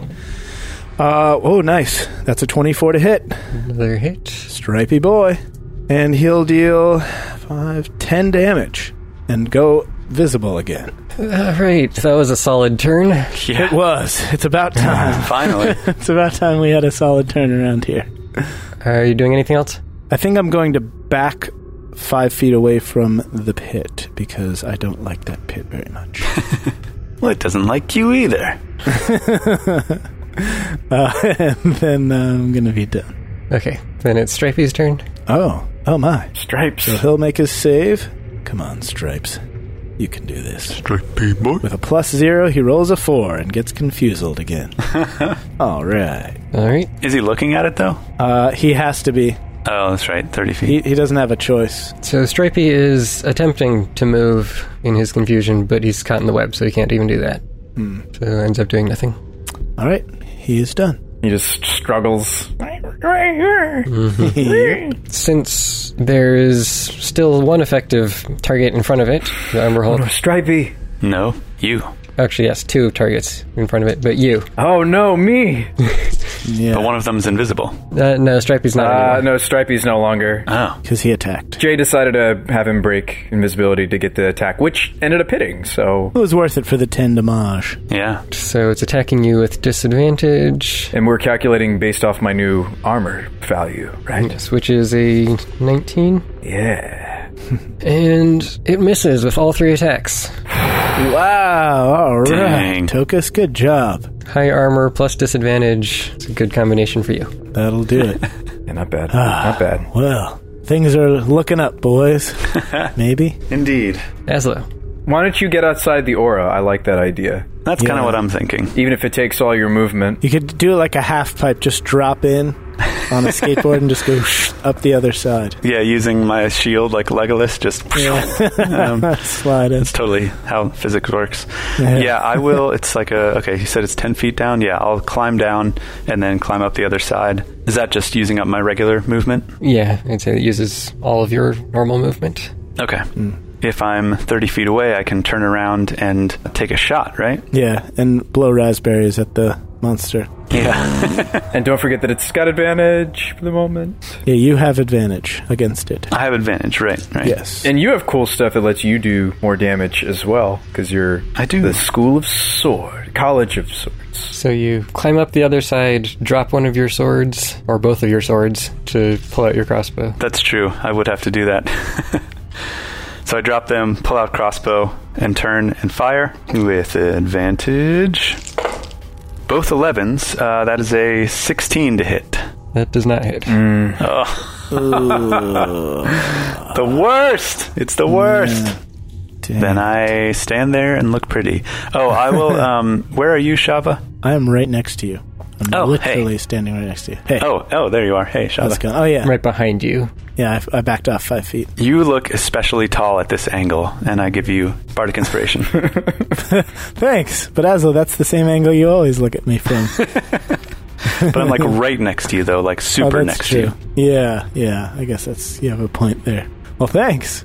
D: Uh, oh, nice. That's a 24 to hit.
C: Another hit.
D: Stripey boy. And he'll deal 5, 10 damage and go visible again.
C: All right, that was a solid turn.
D: It was. It's about time.
A: Finally.
D: it's about time we had a solid turnaround here.
C: Are you doing anything else?
D: I think I'm going to back five feet away from the pit because I don't like that pit very much.
A: well, it doesn't like you either.
D: Uh, and then uh, I'm going to be done.
C: Okay, then it's Stripey's turn.
D: Oh, oh my.
E: Stripes.
D: So he'll make his save. Come on, Stripes. You can do this. With a plus zero, he rolls a four and gets confused again. All right.
C: All right,
A: Is he looking at it, though?
D: Uh, he has to be.
A: Oh, that's right. 30 feet.
D: He, he doesn't have a choice.
C: so Stripey is attempting to move in his confusion, but he's caught in the web, so he can't even do that.
E: Hmm.
C: So ends up doing nothing.
D: All right. He is done.
E: He just struggles.
C: Since there is still one effective target in front of it, the Armor Hold.
E: Oh, Stripey.
A: No, you.
C: Actually, yes, two targets in front of it, but you.
E: Oh no, me.
A: But
D: Yeah.
A: one of them's invisible.
C: Uh, no, Stripey's not.
E: Uh,
C: anymore.
E: no, Stripey's no longer.
A: Oh.
D: Because he attacked.
E: Jay decided to have him break invisibility to get the attack, which ended up hitting. So,
D: It was worth it for the 10 damage.
A: Yeah.
C: So it's attacking you with disadvantage,
E: and we're calculating based off my new armor value, right?
C: yes, which is a 19.
E: Yeah.
C: And it misses with all three attacks.
D: Wow. All right.
A: Dang.
D: Tokus, good job.
C: High armor plus disadvantage. It's a good combination for you.
D: That'll do it. Ah,
E: yeah not bad. not bad.
D: well, things are looking up, boys. Maybe.
A: Indeed.
C: Aslo.
E: Why don't you get outside the aura? I like that idea.
A: That's kind
D: Yeah.
A: of what I'm thinking.
E: Even if it takes all your movement.
D: You could do like a half pipe, just drop in on a skateboard and just go up the other side.
A: Yeah, using my shield like Legolas, just Um,
D: Slide in.
A: It's totally how physics works. Yeah. I will. It's like a okay. You said it's ten feet down. Yeah, I'll climb down and then climb up the other side. Is that just using up my regular movement?
C: Yeah, I'd say it uses all of your normal movement.
A: Okay. If I'm thirty feet away, I can turn around and take a shot. Right?
D: Yeah, and blow raspberries at the monster.
A: Yeah.
E: And don't forget that it's got advantage for the moment.
D: Yeah, you have advantage against it.
A: I have advantage. Right. Right.
D: Yes.
E: And you have cool stuff that lets you do more damage as well, because you're
A: I do.
E: the school of sword, college of swords.
C: So you climb up the other side, drop one of your swords, or both of your swords, to pull out your crossbow.
A: That's true. I would have to do that. so I drop them, pull out crossbow, and turn and fire with advantage. Both 11s. Uh, that is a 16 to hit.
C: That does not hit.
A: The worst! It's the worst!
D: Mm. Damn.
A: Then I stand there and look pretty. Oh, I will. Um, where are you, Shava?
D: I am right next to you. I'm
A: Oh,
D: literally
A: hey.
D: standing right next to you. Hey,
A: Oh, oh, there you are. Hey,
D: let's
A: Shava.
D: go. Oh yeah,
C: Right behind you.
D: yeah. I, I backed off five feet.
A: You look especially tall at this angle, and I give you bardic inspiration.
D: Thanks, but Aslo, that's the same angle you always look at me from.
A: but I'm like right next to you, though, like
D: oh,
A: super
D: that's
A: next to
D: true.
A: you.
D: Yeah, yeah. I guess that's you have a point there. Well, thanks.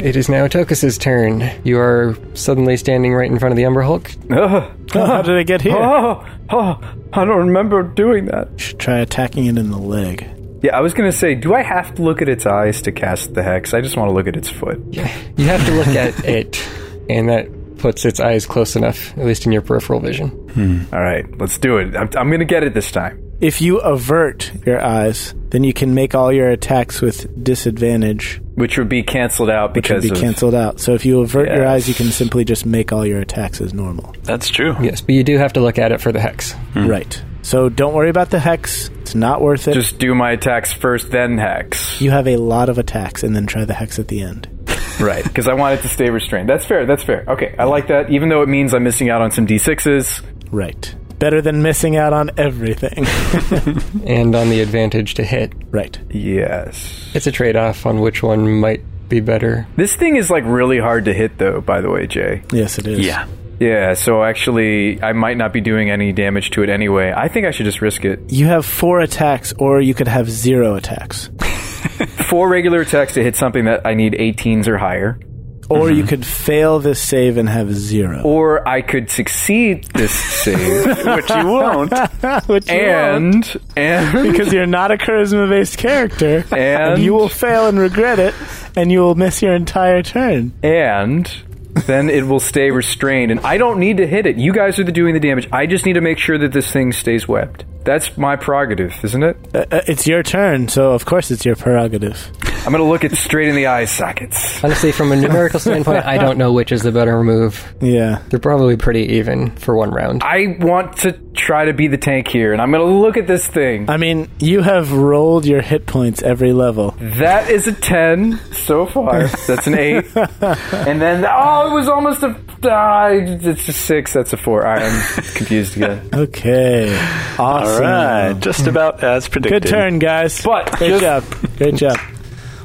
C: It is now Tokus's turn. You are suddenly standing right in front of the Umber Hulk.
E: Oh,
D: Oh, how did I get here?
E: oh, oh, I don't remember doing that.
D: Should try attacking it in the leg.
E: Yeah, I was gonna say, do I have to look at its eyes to cast the hex? I just want to look at its foot.
C: You have to look at it, and that puts its eyes close enough, at least in your peripheral vision.
E: All right, let's do it. I'm, I'm gonna get it this time.
D: If you avert your eyes, then you can make all your attacks with disadvantage,
E: Which would be canceled out
D: which would
E: because
D: be
E: of
D: canceled out. So if you avert your
E: Yeah.
D: eyes, you can simply just make all your attacks as normal.
A: That's true.
C: Yes, but you do have to look at it for the hex.
D: Right. So don't worry about the hex. It's not worth it.
E: just do my attacks first, then hex.
D: you have a lot of attacks and then try the hex at the end.
E: Right, because I want it to stay restrained. That's fair. That's fair. Okay, I like that. Even though it means I'm missing out on some d6s.
D: Right. Better than missing out on everything.
C: And on the advantage to hit,
D: right.
E: Yes.
C: it's a trade off on which one might be better.
E: This thing is like really hard to hit, though. By the way, Jay,
D: Yes, it is.
A: Yeah.
E: it Yeah, so actually, I might not be doing any damage to it anyway. I think I should just risk it.
D: You have four attacks, or you could have zero attacks,
E: Four regular attacks to hit something that I need 18s or higher,
D: or
A: Mm-hmm.
D: you could fail this save and have zero.
E: or I could succeed this save.
A: Which you won't.
D: Which you won't,
E: and, and,
D: because you're not a charisma-based character,
E: And-
D: you will fail and regret it, and you will miss your entire turn.
E: and then it will stay restrained. And I don't need to hit it. You guys are the doing the damage. I just need to make sure that this thing stays webbed. That's my prerogative, isn't it?
D: Uh, uh, it's your turn, so of course it's your prerogative.
E: I'm going to look it straight in the eye sockets.
C: Honestly, from a numerical standpoint, I don't know which is the better move.
D: Yeah.
C: They're probably pretty even for one round.
E: I want to try to be the tank here, and I'm going to look at this thing.
D: I mean, you have rolled your hit points every level.
E: That is a 10 so far. That's an 8. And then, oh, it was almost a. ah, it's a 6. That's a 4. All right, I'm confused again.
D: Okay.
A: All
D: Awesome.
A: right, just about as predicted.
D: Good turn, guys.
E: But
D: Great
E: just-
D: job. Great job.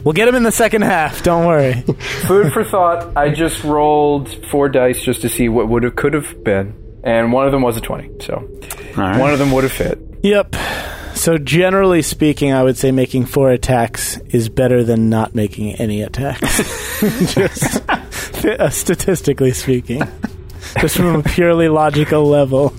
D: We'll get him in the second half. Don't worry.
E: Food for thought. I just rolled 4 dice just to see what would have could have been. And one of them was a 20. So
A: right.
E: one of them would have fit.
D: Yep. So, generally speaking, I would say making four attacks is better than not making any attacks. Just uh, statistically speaking. Just from a purely logical level.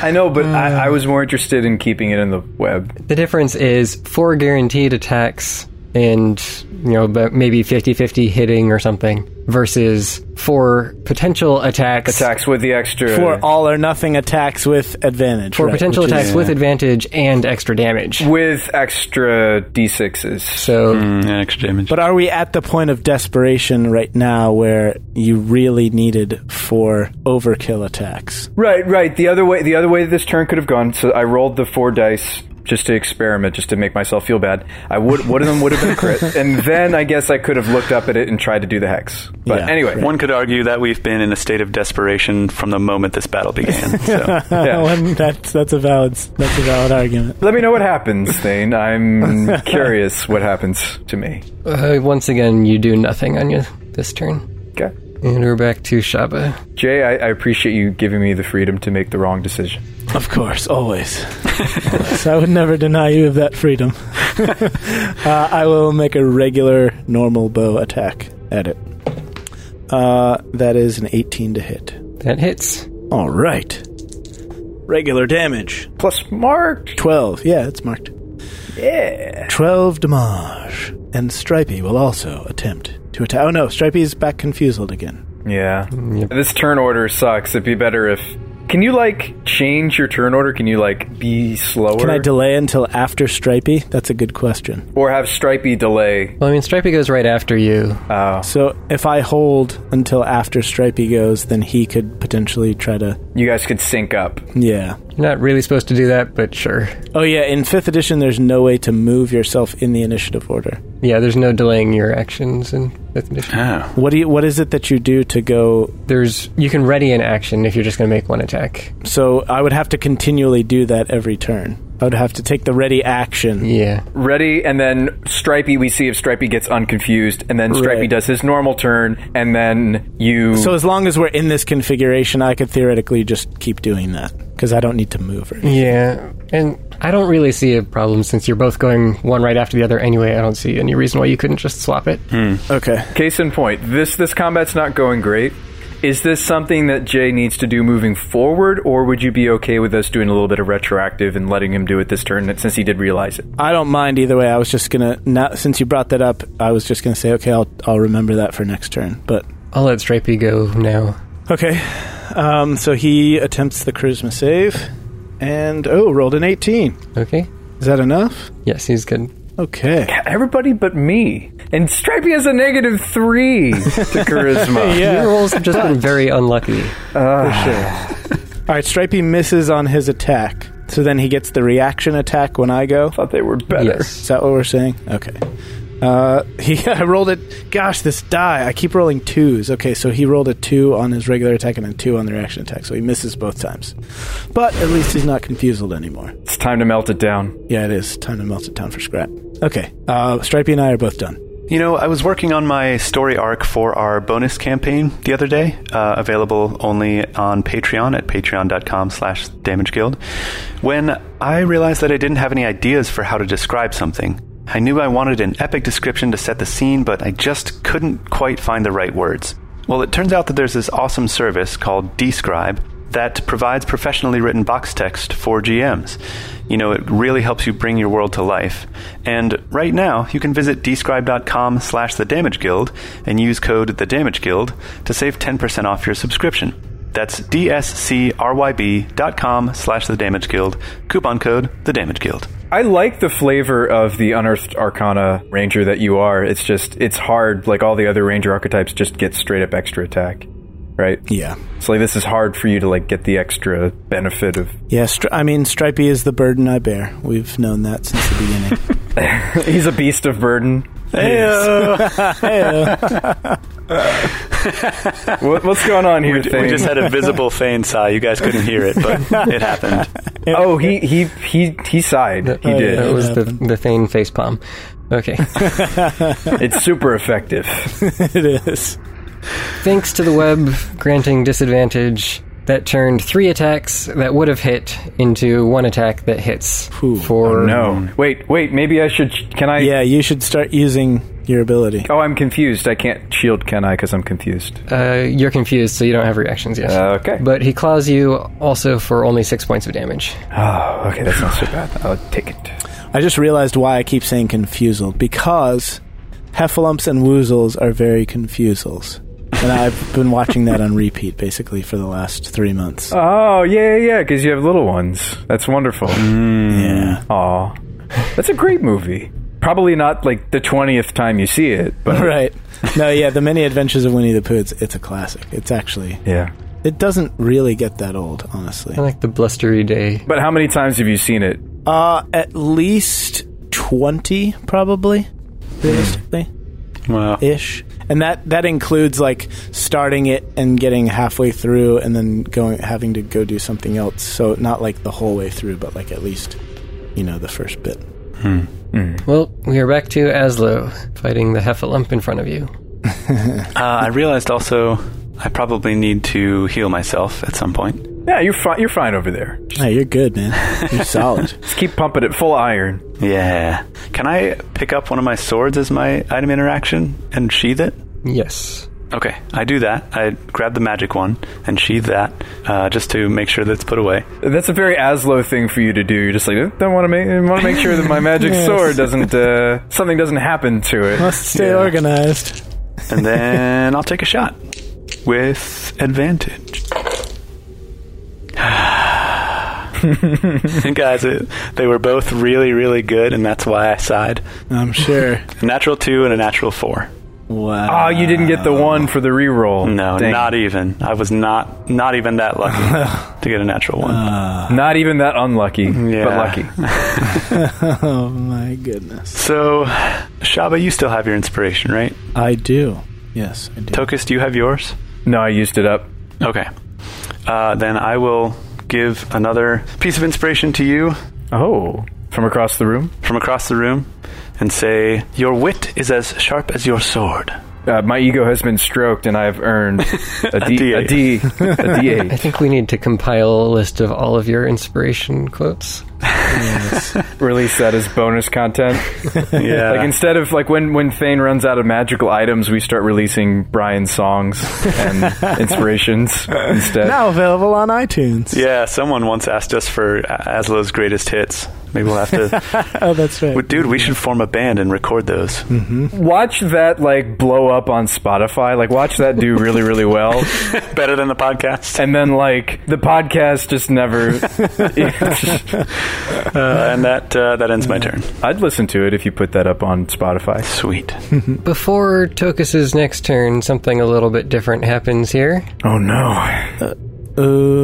E: I know, but I, I was more interested in keeping it in the web.
C: The difference is four guaranteed attacks and, you know, but maybe 50 50 hitting or something versus four potential attacks.
E: Tax with the extra.
D: For all or nothing attacks with advantage.
C: Four
D: right,
C: potential
D: which is- Hmm.
C: attacks with advantage and extra damage.
E: with extra d6s.
C: So
A: Mm, yeah, extra damage.
D: But are we at the point of desperation right now where you really needed four overkill attacks?
E: Right, right. The other way, the other way this turn could have gone. So I rolled the four dice just to experiment, just to make myself feel bad. I would one of them would have been a crit, and then I guess I could have looked up at it and tried to do the hex. But
D: Yeah,
E: anyway,
A: One could argue that we've been in a state of desperation from the moment this battle began. So.
E: yeah.
D: One- that's that's a valid that's a valid argument.
E: let me know what happens, Thane. I'm curious what happens to me.
C: uh, once again, you do nothing on your this turn.
E: Okay,
C: And we're back to Shaba.
E: Jay, I, I appreciate you giving me the freedom to make the wrong decision.
D: Of course, always. Always. I would never deny you of that freedom. uh, I will make a regular normal bow attack at it. Uh, that is an 18 to hit.
C: That hits.
D: All right. Regular damage.
E: Plus, marked.
D: 12. Yeah, it's marked. Yeah. 12 damage. And Stripey will also attempt to attack. Oh no, Stripey's back confused again.
E: Yeah.
D: Mm,
E: This turn order sucks. It'd be better if. Can you like change your turn order? Can you like be slower?
D: Can I delay until after Stripey? That's a good question.
E: or have Stripey delay
C: Well, I mean, Stripey goes right after you.
D: So if I hold until after Stripey goes, then he could potentially try to.
E: you guys could sync up.
D: Yeah.
C: You're not really supposed to do that, but sure.
D: Oh yeah, in 5th edition, there's no way to move yourself in the initiative order.
C: Yeah, there's no delaying your actions in fifth edition.
A: Oh.
D: What, do you, what is it that you do to go.
C: There's you can ready an action if you're just going to make one attack.
D: So I would have to continually do that every turn. I would have to take the ready action.
C: Yeah.
E: Ready, and then Stripey. We see if Stripey gets unconfused, and then Stripey
D: Right.
E: does his normal turn, and then you.
D: So as long as we're in this configuration, I could theoretically just keep doing that because I don't need to move. Or anything.
C: Yeah. And I don't really see a problem since you're both going one right after the other anyway. I don't see any reason why you couldn't just swap it.
D: Okay.
E: case in point, this this combat's not going great. Is this something that Jay needs to do moving forward, or would you be okay with us doing a little bit of retroactive and letting him do it this turn since he did realize it?
D: I don't mind either way. I was just gonna now since you brought that up, I was just gonna say okay, I'll I'll remember that for next turn. But
C: I'll let Stripey go now.
D: okay, um, so he attempts the charisma save, and oh, rolled an eighteen.
C: Okay?
D: Is that enough?
C: Yes, he's good.
D: Okay.
E: Everybody but me. And Stripey has a negative three to charisma.
C: Your rolls have just been very unlucky.
D: All right. Stripey misses on his attack, so then he gets the reaction attack when I go.
E: Thought they were
D: Is
E: better.
C: Yes.
D: that what we're saying? Okay. Uh, he I rolled it. Gosh, this die! I keep rolling twos. Okay, so he rolled a two on his regular attack and a two on the reaction attack, so he misses both times. But at least he's not confused anymore.
E: It's time to melt it down.
D: Yeah, it is time to melt it down for scrap. Okay, uh, Stripey and I are both done.
A: You know, I was working on my story arc for our bonus campaign the other day, uh, available only on Patreon at patreon.com slash damage guild, when I realized that I didn't have any ideas for how to describe something. I knew I wanted an epic description to set the scene, but I just couldn't quite find the right words. Well, it turns out that there's this awesome service called Describe that provides professionally written box text for GMs. You know, it really helps you bring your world to life. And right now, you can visit describe.com slash the damage guild and use code the damage guild to save 10% off your subscription. That's dscryb dot com slash the damage guild, coupon code the damage guild.
E: I like the flavor of the unearthed arcana ranger that you are. It's just it's hard, like all the other ranger archetypes, just get straight up extra attack, right?
D: Yeah.
E: So like this is hard for you to like get the extra benefit of.
D: Yeah, stri- I mean, Stripey is the burden I bear. We've known that since the beginning.
E: He's a beast of burden. What, what's going on here?
A: We
E: Thane?
A: just had a visible feign sigh. You guys couldn't hear it, but it happened.
E: oh, he he he he sighed. He
D: Oh,
E: did.
D: yeah.
C: That was the,
D: happened.
C: the Thane facepalm. Okay.
E: It's super effective.
D: it is.
C: Thanks to the web granting disadvantage, that turned three attacks that would have hit into one attack that hits for
E: No, wait, wait. Maybe I should. Can I?
D: Yeah, you should start using your ability.
E: Oh, I'm confused. I can't shield, can I? Because I'm confused.
C: Uh, you're confused, so you don't have reactions yet.
E: Uh, okay.
C: But he claws you also for only six points of damage.
E: Oh, okay. That's not so bad. I'll take it.
D: I just realized why I keep saying confusal because heffalumps and woozles are very confusals. And I've been watching that on repeat basically for the last three months.
E: Oh yeah, yeah, yeah. Because you have little ones. That's wonderful.
D: yeah.
E: Mm. Aw, that's a great movie. Probably not like the twentieth time you see it, but
D: Right. No, yeah, The Many Adventures of Winnie the Pooh, it's, it's a classic. It's actually,
E: yeah.
D: it doesn't really get that old, honestly.
C: I like the blustery day.
E: But how many times have you seen it?
D: Uh, at least 20, probably, realistically.
A: Wow.
D: ish. And that that includes like starting it and getting halfway through and then going having to go do something else. So not like the whole way through, but like at least you know the first bit.
C: Well, we are back to Aslo fighting the Heffalump in front of you.
A: Uh, I realized also I probably need to heal myself at some point.
E: Yeah, you're fine. You're fine over there.
D: Hey, you're good, man. You're solid.
E: Just keep pumping it full of iron.
A: Yeah. Can I pick up one of my swords as my item interaction and sheath it?
C: Yes.
A: Okay, I do that. I grab the magic one and sheath that uh, just to make sure that it's put away.
E: That's a very Aslo thing for you to do. You're just like, eh, don't want to make, want to make sure that my magic sword doesn't, uh, something doesn't happen to it.
D: Must stay organized.
A: And then I'll take a shot with advantage. Guys, it, they were both really, really good, and that's why I sighed.
D: I'm sure.
A: A natural two and a natural four.
D: Wow.
E: Oh, you didn't get the one for the reroll.
A: No,
E: Dang.
A: not even. I was not not even that lucky to get a natural one.
E: Uh. Not even that unlucky, but
A: e- Yeah.
E: lucky.
D: Oh my goodness.
A: So, Shaba, you still have your inspiration, right?
D: I do. Yes, I do.
A: Tokus, do you have yours?
E: No, I used it up.
A: Okay. Uh, then I will give another piece of inspiration to you
E: Oh, from across the room.
A: from across the room and say, Your wit is as sharp as your sword.
E: Uh, my ego has been stroked, and I have earned a D, a
A: D8.
E: D,
C: I
E: a D8.
C: think we need to compile a list of all of your inspiration quotes.
E: Release that as bonus content.
A: Yeah.
E: Like instead of like when when Thane runs out of magical items, we start releasing Brian's songs and inspirations instead.
D: Now available on iTunes.
A: yeah, someone once asked us for A- Aslo's greatest hits. Maybe we'll have to.
D: Oh, that's right.
A: Well, Dude, we should form a band and record those.
E: Hmm. Watch that like blow up on Spotify. Like watch that do really really well,
A: Better than the podcast.
E: and then like the podcast just never.
A: Uh, and that uh, that ends my turn.
E: I'd listen to it if you put that up on Spotify.
A: Sweet.
C: Before Tokus's next turn, something a little bit different happens here.
E: Oh no!
D: Uh,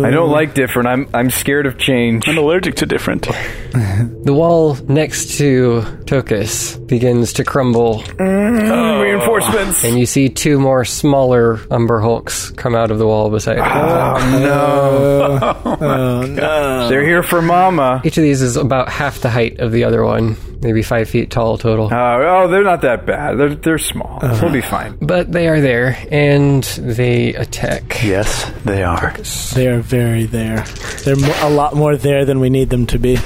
E: I don't like different. I'm I'm scared of change.
A: I'm allergic to different.
C: The wall next to Tokus begins to crumble,
E: Reinforcements.
C: and you see two more smaller Umber Hulks come out of the wall beside her.
D: Oh,
E: Uh, They're here for Mama.
C: Each of these is about half the height of the other one, maybe five feet tall total.
E: Uh, oh, they're not that bad. They're they're small. We'll be fine.
C: But they are there, and they attack.
A: Yes, they are.
D: They are very there. They're mo- a lot more there than we need them to be.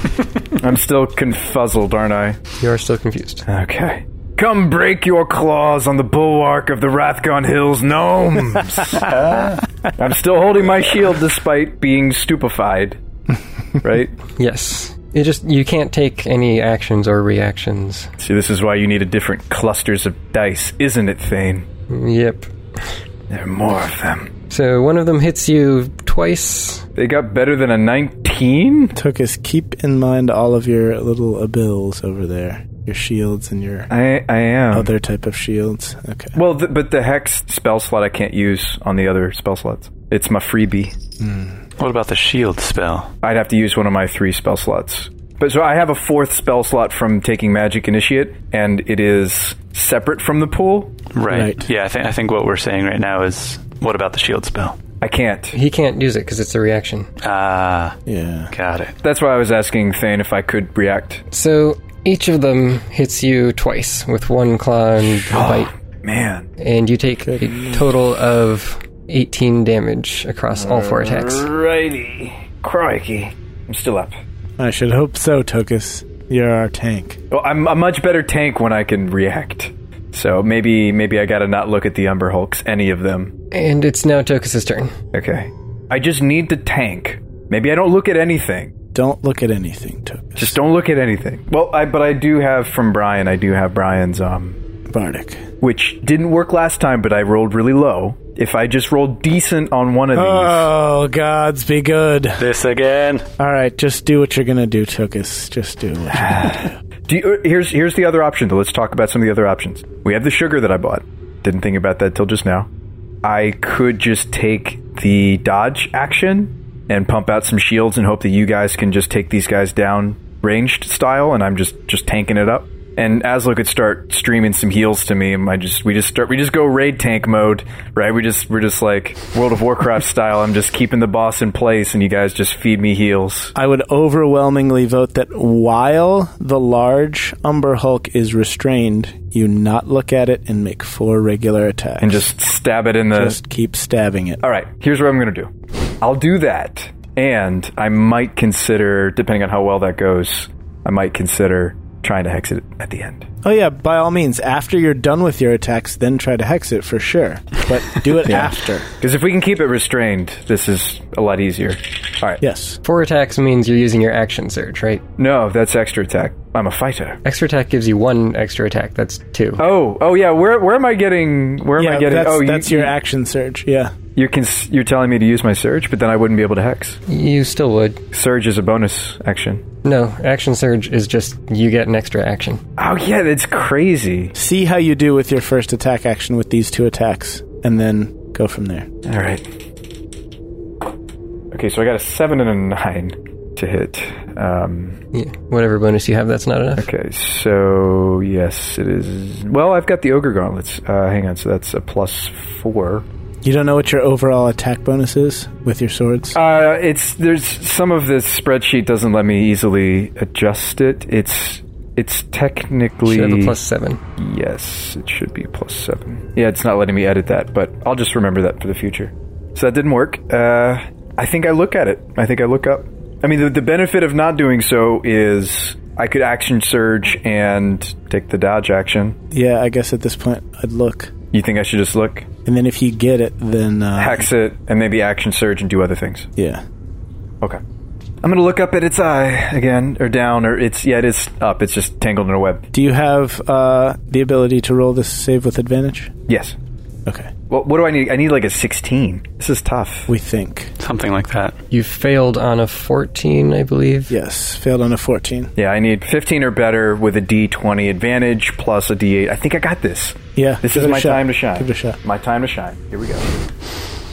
E: I'm still confuzzled, aren't I?
C: You are still confused.
E: Okay. Come break your claws on the bulwark of the Rathgon Hills gnomes. I'm still holding my shield despite being stupefied. Right?
C: Yes. You just you can't take any actions or reactions.
E: See, this is why you needed different clusters of dice, isn't it, Thane?
C: Yep.
E: There are more of them.
C: So one of them hits you twice.
E: They got better than a 19?
D: Tokus, keep in mind all of your little abils over there. Your shields and your
E: I I am.
D: other type of shields. Okay.
E: Well, th- but the hex spell slot I can't use on the other spell slots. It's my freebie.
A: What about the shield spell?
E: I'd have to use one of my three spell slots. But so I have a fourth spell slot from taking magic initiate, and it is separate from the pool.
A: Right.
D: Right.
A: Yeah, I think I think what we're saying right now is what about the shield spell?
E: I can't.
C: He can't use it because it's a reaction.
A: Ah,
D: Yeah.
A: got it.
E: That's why I was asking Thane if I could react.
C: So each of them hits you twice with one claw and a bite,
E: Oh, Man,
C: and you take a total of 18 damage across all four attacks.
E: righty, crikey, I'm still up.
D: I should hope so, Tokus. You're our tank.
E: Well, I'm a much better tank when I can react. So maybe maybe I gotta not look at the Umber Hulks, any of them.
C: And it's now Tokus's turn.
E: Okay. I just need the tank. Maybe I don't look at anything.
D: Don't look at anything, Tokus.
E: Just don't look at anything. Well, I but I do have from Brian. I do have Brian's um
D: Bardic.
E: which didn't work last time, but I rolled really low. If I just rolled decent on one of these.
D: Oh, gods be good.
A: This again.
D: All right, just do what you're going to do, Tokus. Just do what you're gonna
E: do you, uh, here's here's the other option though. Let's talk about some of the other options. We have the sugar that I bought. Didn't think about that till just now. I could just take the dodge action and pump out some shields and hope that you guys can just take these guys down ranged style and I'm just just tanking it up. And Aslo could start streaming some heals to me and I just we just start we just go raid tank mode, right? We just we're just like World of Warcraft style. I'm just keeping the boss in place and you guys just feed me heals.
D: I would overwhelmingly vote that while the large Umber Hulk is restrained, you not look at it and make four regular attacks.
E: And just stab it in the
D: just keep stabbing it.
E: All right, here's what I'm going to do. I'll do that, and I might consider, depending on how well that goes, I might consider trying to hex it at the end.
D: Oh yeah, by all means, after you're done with your attacks, then try to hex it for sure. But do it after.
E: Because if we can keep it restrained, this is a lot easier. All right.
D: Yes.
C: Four attacks means you're using your action surge, right?
E: No, that's extra attack. I'm a fighter.
C: Extra attack gives you one extra attack. That's two.
E: Oh, oh yeah. Where where am I getting? Where am
D: Yeah,
E: I getting?
D: that's,
E: oh,
D: that's
E: you,
D: your action surge. Yeah.
E: You're cons- you're telling me to use my surge, but then I wouldn't be able to hex.
C: You still would.
E: Surge is a bonus action.
C: No, action surge is just you get an extra action.
E: Oh yeah, that's crazy.
D: See how you do with your first attack action with these two attacks, and then go from there.
E: All right. Okay, so I got a seven and a nine to hit. Um,
C: Yeah, whatever bonus you have, that's not enough.
E: okay, so yes, it is. Well, I've got the ogre gauntlets. Uh, hang on, so that's a plus four.
D: You don't know what your overall attack bonus is with your swords.
E: Uh, it's there's some of this spreadsheet doesn't let me easily adjust it. It's it's technically
C: You have a plus seven.
E: yes, it should be plus seven. Yeah, it's not letting me edit that, but I'll just remember that for the future. So that didn't work. Uh, I think I look at it. I think I look up. I mean, the, the benefit of not doing so is I could action surge and take the dodge action.
D: yeah, I guess at this point I'd look.
E: You think I should just look,
D: And then if you get it, then uh,
E: hex it, and maybe action surge and do other things?
D: Yeah.
E: Okay. I'm gonna look up at its eye again, or down, or it's yeah, it is up. It's just tangled in a web.
D: Do you have uh, the ability to roll this save with advantage?
E: Yes.
D: Okay.
E: Well, what do I need? I need like a 16. This is tough.
D: We think.
A: Something like that.
C: You failed on a 14, I believe.
D: Yes. Failed on a 14.
E: Yeah, I need 15 or better with a D20 advantage plus a D8. I think I got this.
D: Yeah.
E: This
D: give
E: is
D: it a
E: my
D: shot.
E: time to shine.
D: Give it a shot.
E: My time to shine. Here we go.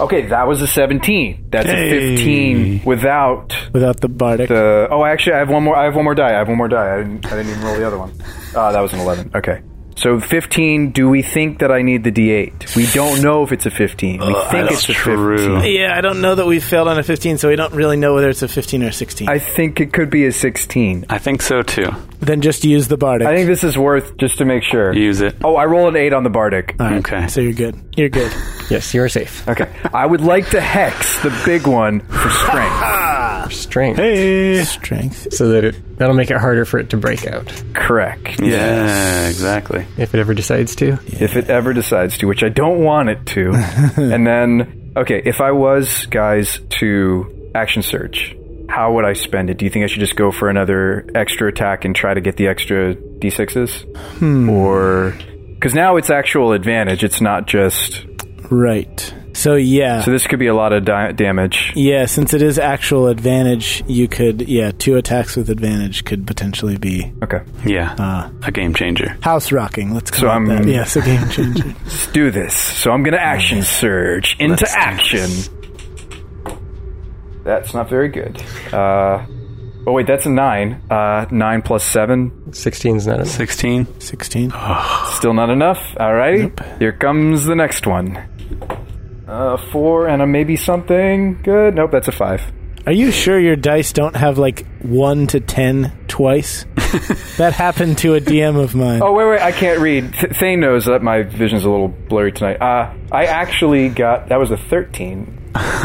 E: Okay, that was a 17. That's
A: Hey.
E: a 15 without
D: without the bardic.
E: the. Oh, actually, I have one more. I have one more die. I have one more die. I didn't. I didn't even roll the other one. Uh, that was an 11. Okay. So 15. Do we think that I need the D8? We don't know if it's a 15. We think
A: Uh, that's
E: it's a
A: true.
E: 15.
D: yeah, I don't know that we failed on a 15, so we don't really know whether it's a 15 or a 16.
E: I think it could be a 16.
A: I think so too.
D: then just use the bardic.
E: I think this is worth just to make sure.
A: Use it.
E: Oh, I roll an 8 on the bardic.
A: Okay.
D: so you're good. You're good.
C: Yes, you're safe.
E: Okay. I would like to hex the big one for strength.
C: Strength.
E: Eh.
A: Hey.
D: Strength.
C: So that it, that'll make it harder for it to break out
E: Correct.
A: Yeah, exactly.
C: if it ever decides to.
E: If it ever decides to, which I don't want it to. and then, okay, if I was, guys, to action search, how would I spend it? Do you think I should just go for another extra attack and try to get the extra d6s? Or. Because now it's actual advantage. It's not just.
D: Right. So yeah.
E: So this could be a lot of di- damage.
D: yeah, since it is actual advantage, you could yeah, two attacks with advantage could potentially be
E: Okay.
A: Yeah.
D: Ah.
A: a game changer.
D: house rocking. Let's call
E: So
D: it
E: I'm-
D: that. Yes, a game changer.
E: Let's do this. So I'm going to action surge
A: Mm.
E: into
A: Let's do
E: action. That's not very good. Uh, oh, wait, that's a 9. Uh, 9 plus 7.
C: 16's not enough.
A: 16.
D: 16.
E: Still not enough. Alrighty. Here comes the next one. Uh, 4 and a maybe something. Good. Nope, that's a 5.
D: Are you sure your dice don't have like 1 to 10 twice? that happened to a DM of mine.
E: Oh, wait, wait, I can't read. Th- Thane knows that my vision's a little blurry tonight. Uh, I actually got. That was a 13.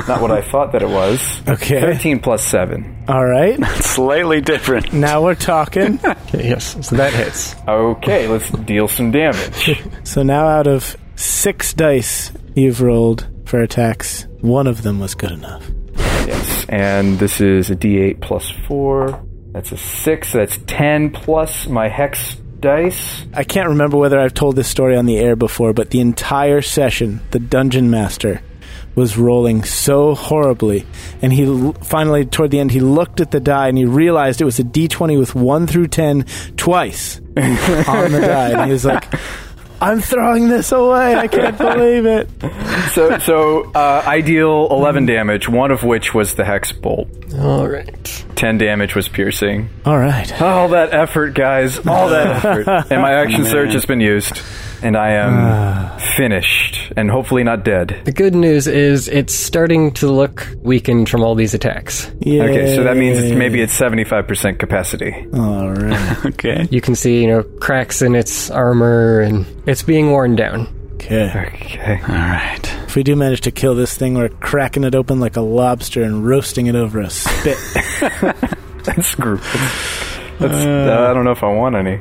E: not what I thought that it was.
D: Okay.
E: 13 plus 7.
D: All right.
A: Slightly different.
D: Now we're talking.
C: Yes, so that hits.
E: Okay, let's deal some damage.
D: So now out of 6 dice you've rolled for attacks, one of them was good enough.
E: yes. And this is a d8 plus 4. That's a 6. That's 10 plus my hex dice.
D: I can't remember whether I've told this story on the air before, but the entire session, the dungeon master was rolling so horribly. And he l- finally, toward the end, he looked at the die and he realized it was a d20 with 1 through 10 twice on the die. And he was like, I'm throwing this away. I can't believe it.
E: So, so uh, I deal 11 damage, one of which was the hex bolt.
C: All right.
E: 10 damage was piercing.
D: All right.
E: All that effort, guys. All that effort. And my action surge has been used. And I am finished. And hopefully not dead.
C: The good news is it's starting to look weakened from all these attacks.
E: Okay, so that means it's maybe it's 75% capacity.
D: All right.
A: Okay.
C: You can see, you know, cracks in its armor and it's being worn down.
D: Okay.
E: Okay.
A: All right.
D: If we do manage to kill this thing, we're cracking it open like a lobster and roasting it over a spit.
E: That's group. That's, uh, I don't know if I want any.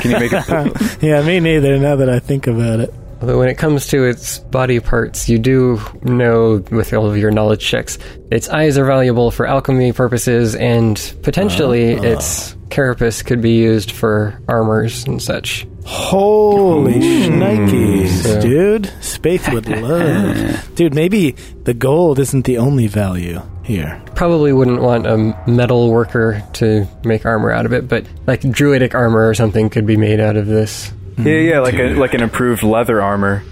E: Can you make it?
D: yeah, me neither, now that I think about it.
C: Although when it comes to its body parts, you do know with all of your knowledge checks, its eyes are valuable for alchemy purposes and potentially its carapace could be used for armors and such.
D: Holy shnikes, dude. Spaith would love. dude, maybe the gold isn't the only value here.
C: Probably wouldn't want a metal worker to make armor out of it, but like druidic armor or something could be made out of this.
E: yeah, yeah, like a, like an improved leather armor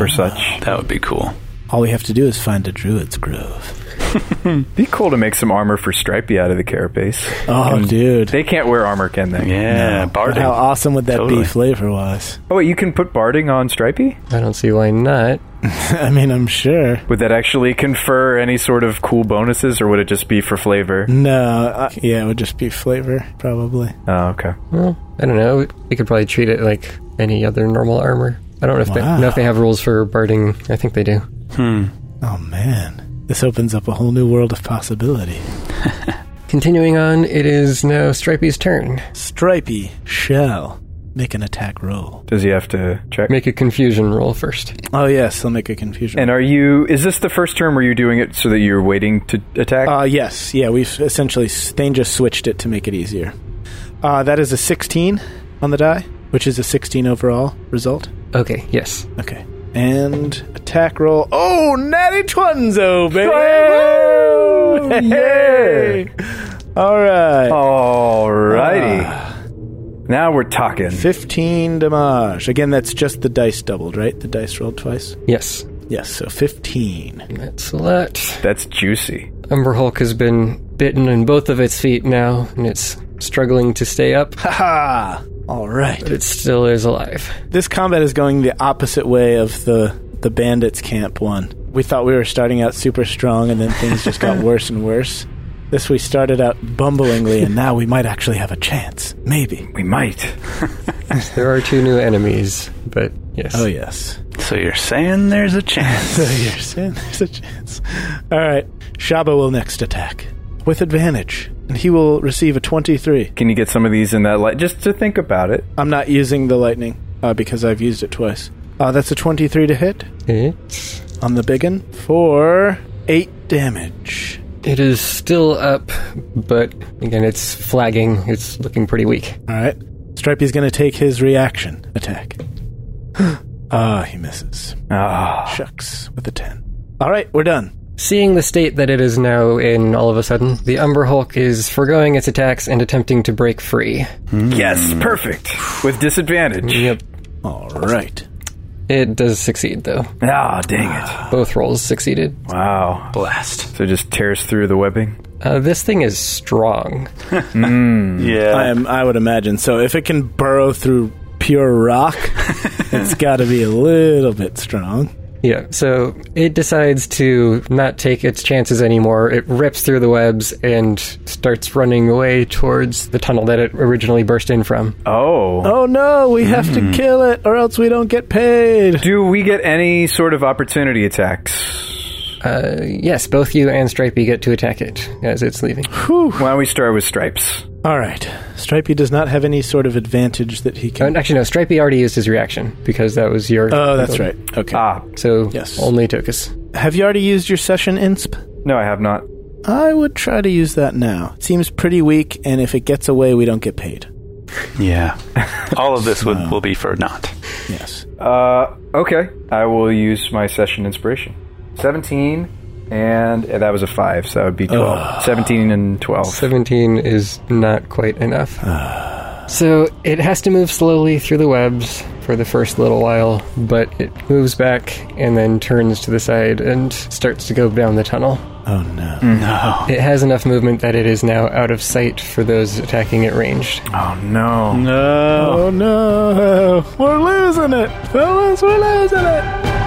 E: or such.
A: That would be cool.
D: All we have to do is find a druid's grove.
E: Be cool to make some armor for Stripey out of the carapace.
D: Oh, dude.
E: They can't wear armor, can they?
A: Yeah, Barding.
D: How awesome would that
A: Totally.
D: be flavor wise?
E: Oh, wait, you can put barding on Stripey.
C: I don't see why not.
D: I mean, I'm sure.
E: Would that actually confer any sort of cool bonuses, or would it just be for flavor?
D: No, uh, yeah, it would just be flavor, probably.
E: Oh, okay.
C: Well, I don't know. We could probably treat it like any other normal armor. I don't know if, they, know if they have rules for barding. I think they do.
D: Oh, man. This opens up a whole new world of possibility.
C: Continuing on, it is now Stripey's turn.
D: Stripey shall make an attack roll.
E: Does he have to check?
C: Make a confusion roll first.
D: Oh, yes, he'll make a confusion.
E: and are you? Is this the first turn where you're doing it so that you're waiting to attack?
D: Uh, yes, yeah, we've essentially Thane just switched it to make it easier. Uh, that is a 16 on the die, which is a 16 overall result.
C: Okay, yes.
D: Okay, and attack roll. Oh, natty twunzo, baby!
E: Yay!
D: Hey! All right,
E: Alrighty. now we're talking.
D: 15 damage. Again, that's just the dice doubled, right? The dice rolled twice.
C: Yes.
D: Yes, so 15.
C: That's a lot.
E: That's juicy.
C: Umber Hulk has been bitten in both of its feet now, and it's struggling to stay up, but
D: Haha! All right.
C: it still is alive.
D: This combat is going the opposite way of the, the bandits camp one. We thought we were starting out super strong, and then things just got worse and worse. This we started out bumblingly, and now we might actually have a chance. Maybe.
E: We might.
C: There are two new enemies, but yes.
D: Oh, yes.
A: So you're saying there's a chance.
D: So you're saying there's a chance. All right. Shaba will next attack with advantage, and he will receive a 23.
E: Can you get some of these in that light? Just to think about it.
D: I'm not using the lightning uh, because I've used it twice. Uh, that's a 23 to hit
C: It,
D: on the big one for 8 damage.
C: it is still up, but again, it's flagging. It's looking pretty weak.
D: All right. Stripey's going to take his reaction attack. Ah, he misses.
E: Ah,
D: Shucks with a 10. All right, we're done.
C: Seeing the state that it is now in all of a sudden, the Umber Hulk is foregoing its attacks and attempting to break free.
E: yes, perfect. With disadvantage.
C: Yep.
D: All right.
C: It does succeed, though.
E: Ah, dang it.
C: Both rolls succeeded.
E: Wow.
A: Blast.
E: So it just tears through the webbing.
C: Uh, this thing is strong.
A: Yeah.
D: I, am, I would imagine. So if it can burrow through pure rock, it's got to be a little bit strong.
C: Yeah, so it decides to not take its chances anymore. It rips through the webs and starts running away towards the tunnel that it originally burst in from.
E: Oh.
D: Oh no, we have to kill it or else we don't get paid.
E: Do we get any sort of opportunity attacks?
C: Uh, yes, both you and Stripey get to attack it as it's leaving.
E: Why don't we start with stripes?
D: All right. Stripey does not have any sort of advantage that he
C: Oh,
D: can.
C: and actually, no, Stripey already used his reaction because that was your.
D: Oh, that's right. Okay.
E: Ah,
C: So
D: Yes.
C: only Tokus.
D: Have you already used your session insp?
E: no, I have not.
D: I would try to use that now. It seems pretty weak, and if it gets away, we don't get paid.
A: yeah. All of this would, will be for naught.
D: Yes.
E: Uh, okay. I will use my session inspiration. 17, and and that was a 5, so that would be 12. 17 and 12.
C: 17 is not quite enough. so it has to move slowly through the webs for the first little while, but it moves back and then turns to the side and starts to go down the tunnel.
D: Oh no.
A: No.
C: It has enough movement that it is now out of sight for those attacking it ranged.
E: Oh, no.
A: No.
D: Oh no. We're losing it, fellas. We're losing it.